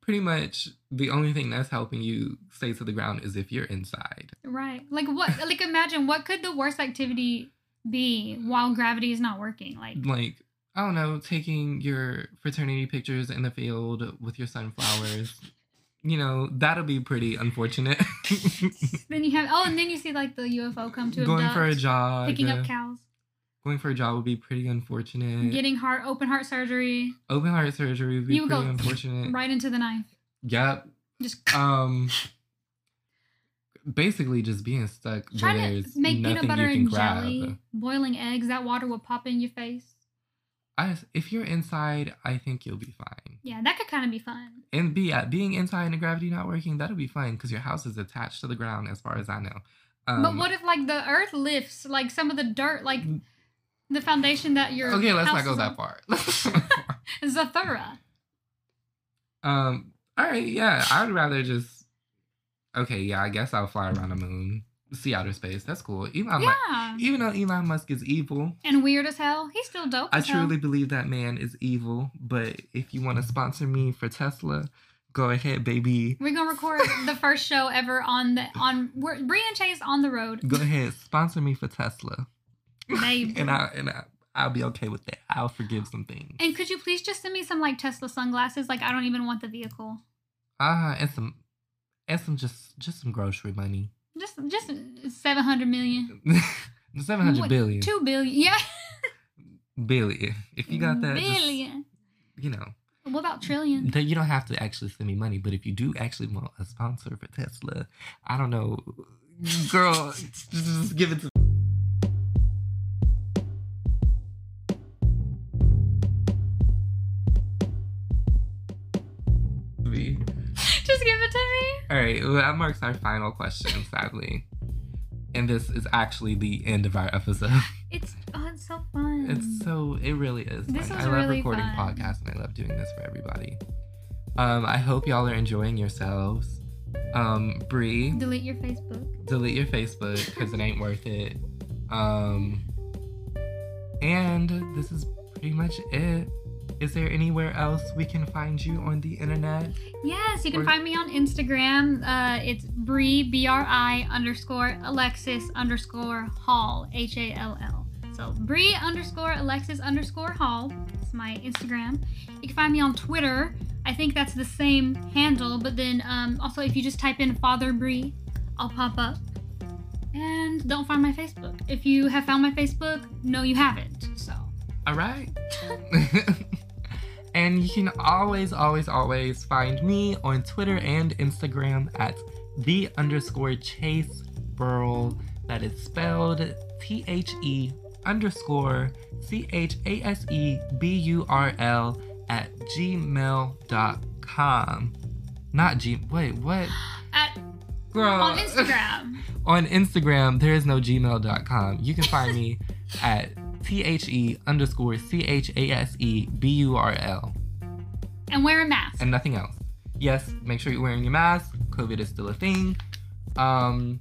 Speaker 1: Pretty much the only thing that's helping you stay to the ground is if you're inside.
Speaker 2: Right. Like what like imagine what could the worst activity be while gravity is not working? Like
Speaker 1: Like, I don't know, taking your fraternity pictures in the field with your sunflowers. you know, that'll be pretty unfortunate.
Speaker 2: then you have oh and then you see like the UFO come to
Speaker 1: going
Speaker 2: abduct,
Speaker 1: for a jog.
Speaker 2: picking
Speaker 1: uh,
Speaker 2: up cows,
Speaker 1: going for a job would be pretty unfortunate.
Speaker 2: getting heart open heart surgery,
Speaker 1: Open heart surgery would be
Speaker 2: You would
Speaker 1: pretty
Speaker 2: go
Speaker 1: unfortunate.
Speaker 2: right into the knife.
Speaker 1: Yep.
Speaker 2: Just
Speaker 1: Um. basically, just being stuck where
Speaker 2: trying to
Speaker 1: there's
Speaker 2: make
Speaker 1: nothing
Speaker 2: peanut
Speaker 1: you
Speaker 2: butter
Speaker 1: can
Speaker 2: and
Speaker 1: grab.
Speaker 2: jelly, boiling eggs, that water will pop in your face.
Speaker 1: I, if you're inside, I think you'll be fine.
Speaker 2: Yeah, that could kind of be fun.
Speaker 1: And be uh, being inside and gravity not working, that'll be fun because your house is attached to the ground, as far as I know. Um, Mm.
Speaker 2: but what if like the earth lifts, like some of the dirt, like the foundation that your
Speaker 1: Okay, let's not
Speaker 2: house
Speaker 1: go
Speaker 2: is
Speaker 1: that
Speaker 2: on-
Speaker 1: far.
Speaker 2: Zathura.
Speaker 1: um. All right. Yeah, I would rather just. Okay. Yeah, I guess I'll fly around the moon, see outer space. That's cool. Elon, Mu-
Speaker 2: yeah,
Speaker 1: even though Elon Musk is evil,
Speaker 2: and weird as hell. He's still dope.
Speaker 1: I
Speaker 2: as hell.
Speaker 1: truly believe that man is evil, but if you want to sponsor me for Tesla, go ahead, baby.
Speaker 2: We're gonna record the first show ever on the on. We're Bree and Chase on the road.
Speaker 1: Go ahead, sponsor me for Tesla,
Speaker 2: Babe.
Speaker 1: and I and I, I'll be okay with that. I'll forgive some things.
Speaker 2: And could you please just send me some like Tesla sunglasses? Like I don't even want the vehicle.
Speaker 1: Ah, and some, and some just just some grocery money.
Speaker 2: Just just seven hundred million.
Speaker 1: Seven hundred
Speaker 2: What?
Speaker 1: billion.
Speaker 2: Two billion. Yeah.
Speaker 1: Billion. If you got that, just,
Speaker 2: Billion.
Speaker 1: you know
Speaker 2: What about trillion?
Speaker 1: that you don't have to actually send me money. But if you do actually want a sponsor for Tesla, I don't know, girl, just- just give it to. All right, well, that marks our final question, sadly. And this is actually the end of our episode.
Speaker 2: It's oh, it's so fun.
Speaker 1: It's so it really is.
Speaker 2: Mm. This
Speaker 1: fun.
Speaker 2: was
Speaker 1: I love
Speaker 2: really
Speaker 1: recording
Speaker 2: fun.
Speaker 1: podcasts and I love doing this for everybody. Um, I hope y'all are enjoying yourselves. Um, Bree,
Speaker 2: delete your Facebook.
Speaker 1: delete your Facebook because it ain't worth it. Um, and this is pretty much it. Is there anywhere else we can find you on the internet?
Speaker 2: Yes, you can
Speaker 1: Or-
Speaker 2: find me on Instagram. Uh, it's Bree B R I underscore Alexis underscore Hall H A L L. So Bree underscore Alexis underscore Hall. It's my Instagram. You can find me on Twitter. I think that's the same handle, but then um, also if you just type in Father Bree, I'll pop up. And don't find my Facebook. If you have found my Facebook, no, you haven't. So
Speaker 1: All right. and you can always, always, always find me on Twitter and Instagram at the underscore Chase Burl. That is spelled T H E underscore C H A S E B U R L at gmail.com. Not G. Wait, what?
Speaker 2: at
Speaker 1: Girl.
Speaker 2: on Instagram.
Speaker 1: on Instagram, there is no gmail.com. You can find me at T H E underscore C H A S E B U R L
Speaker 2: and wear a mask.
Speaker 1: and nothing else. Yes, make sure you're wearing your mask. COVID is still a thing. Um,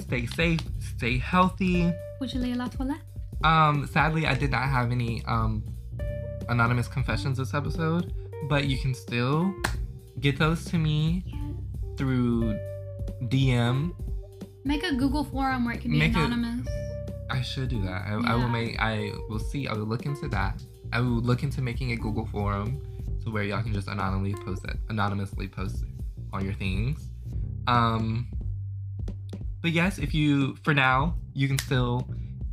Speaker 1: stay safe, stay healthy.
Speaker 2: Would you lay a lot for that?
Speaker 1: Um, sadly, I did not have any um, anonymous confessions this episode, but you can still get those to me through DM.
Speaker 2: Make a Google forum where it can be
Speaker 1: Make a-
Speaker 2: anonymous.
Speaker 1: I should do that. I, I will
Speaker 2: Yeah.
Speaker 1: make. I will see. I will look into that. I will look into making a Google forum to where y'all can just anonymously post it, anonymously post all your things. Um. But yes, if you for now you can still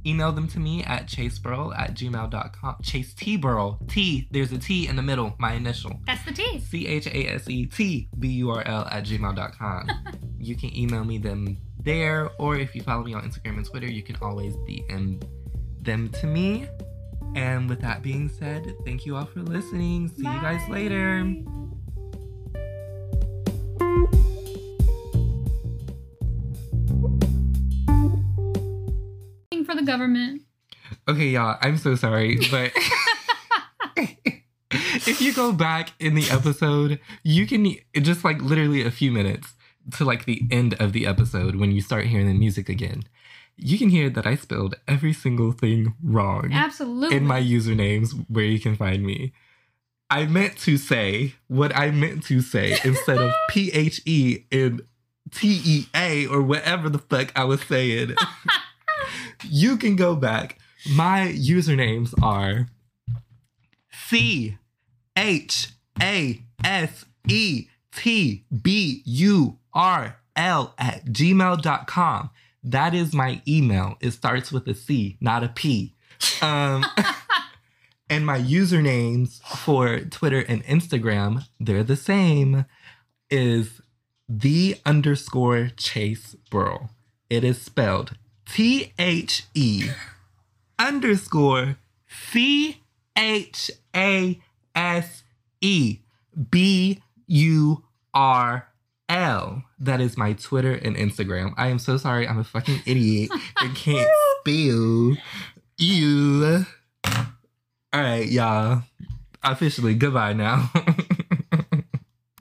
Speaker 1: email them to me at chaseburl at gmail.com. Chase T Burl T. There's a T in the middle. My initial.
Speaker 2: That's the T.
Speaker 1: C H A S E T B U R L at gmail.com. you can email me them there, or if you follow me on Instagram and Twitter, you can always DM them to me. And with that being said, thank you all for listening. See you guys
Speaker 2: Bye.
Speaker 1: later.
Speaker 2: Working For the government.
Speaker 1: Okay, y'all, I'm so sorry, but if you go back in the episode, you can e, just like literally a few minutes to like the end of the episode when you start hearing the music again. You can hear that I spelled every single thing wrong
Speaker 2: Absolutely.
Speaker 1: in my usernames where you can find me. I meant to say what I meant to say instead of P H E and T E A or whatever the fuck I was saying. you can go back. My usernames are C H A S E T B U R L at gmail.com. That is my email. It starts with a C, not a P. Um, and my usernames for Twitter and Instagram, they're the same, is the underscore Chase Burl. It is spelled T H E underscore C H A S E B U R L. That is my Twitter and Instagram. I am so sorry. I'm a fucking idiot and can't spell you. All right, y'all. Officially, goodbye now.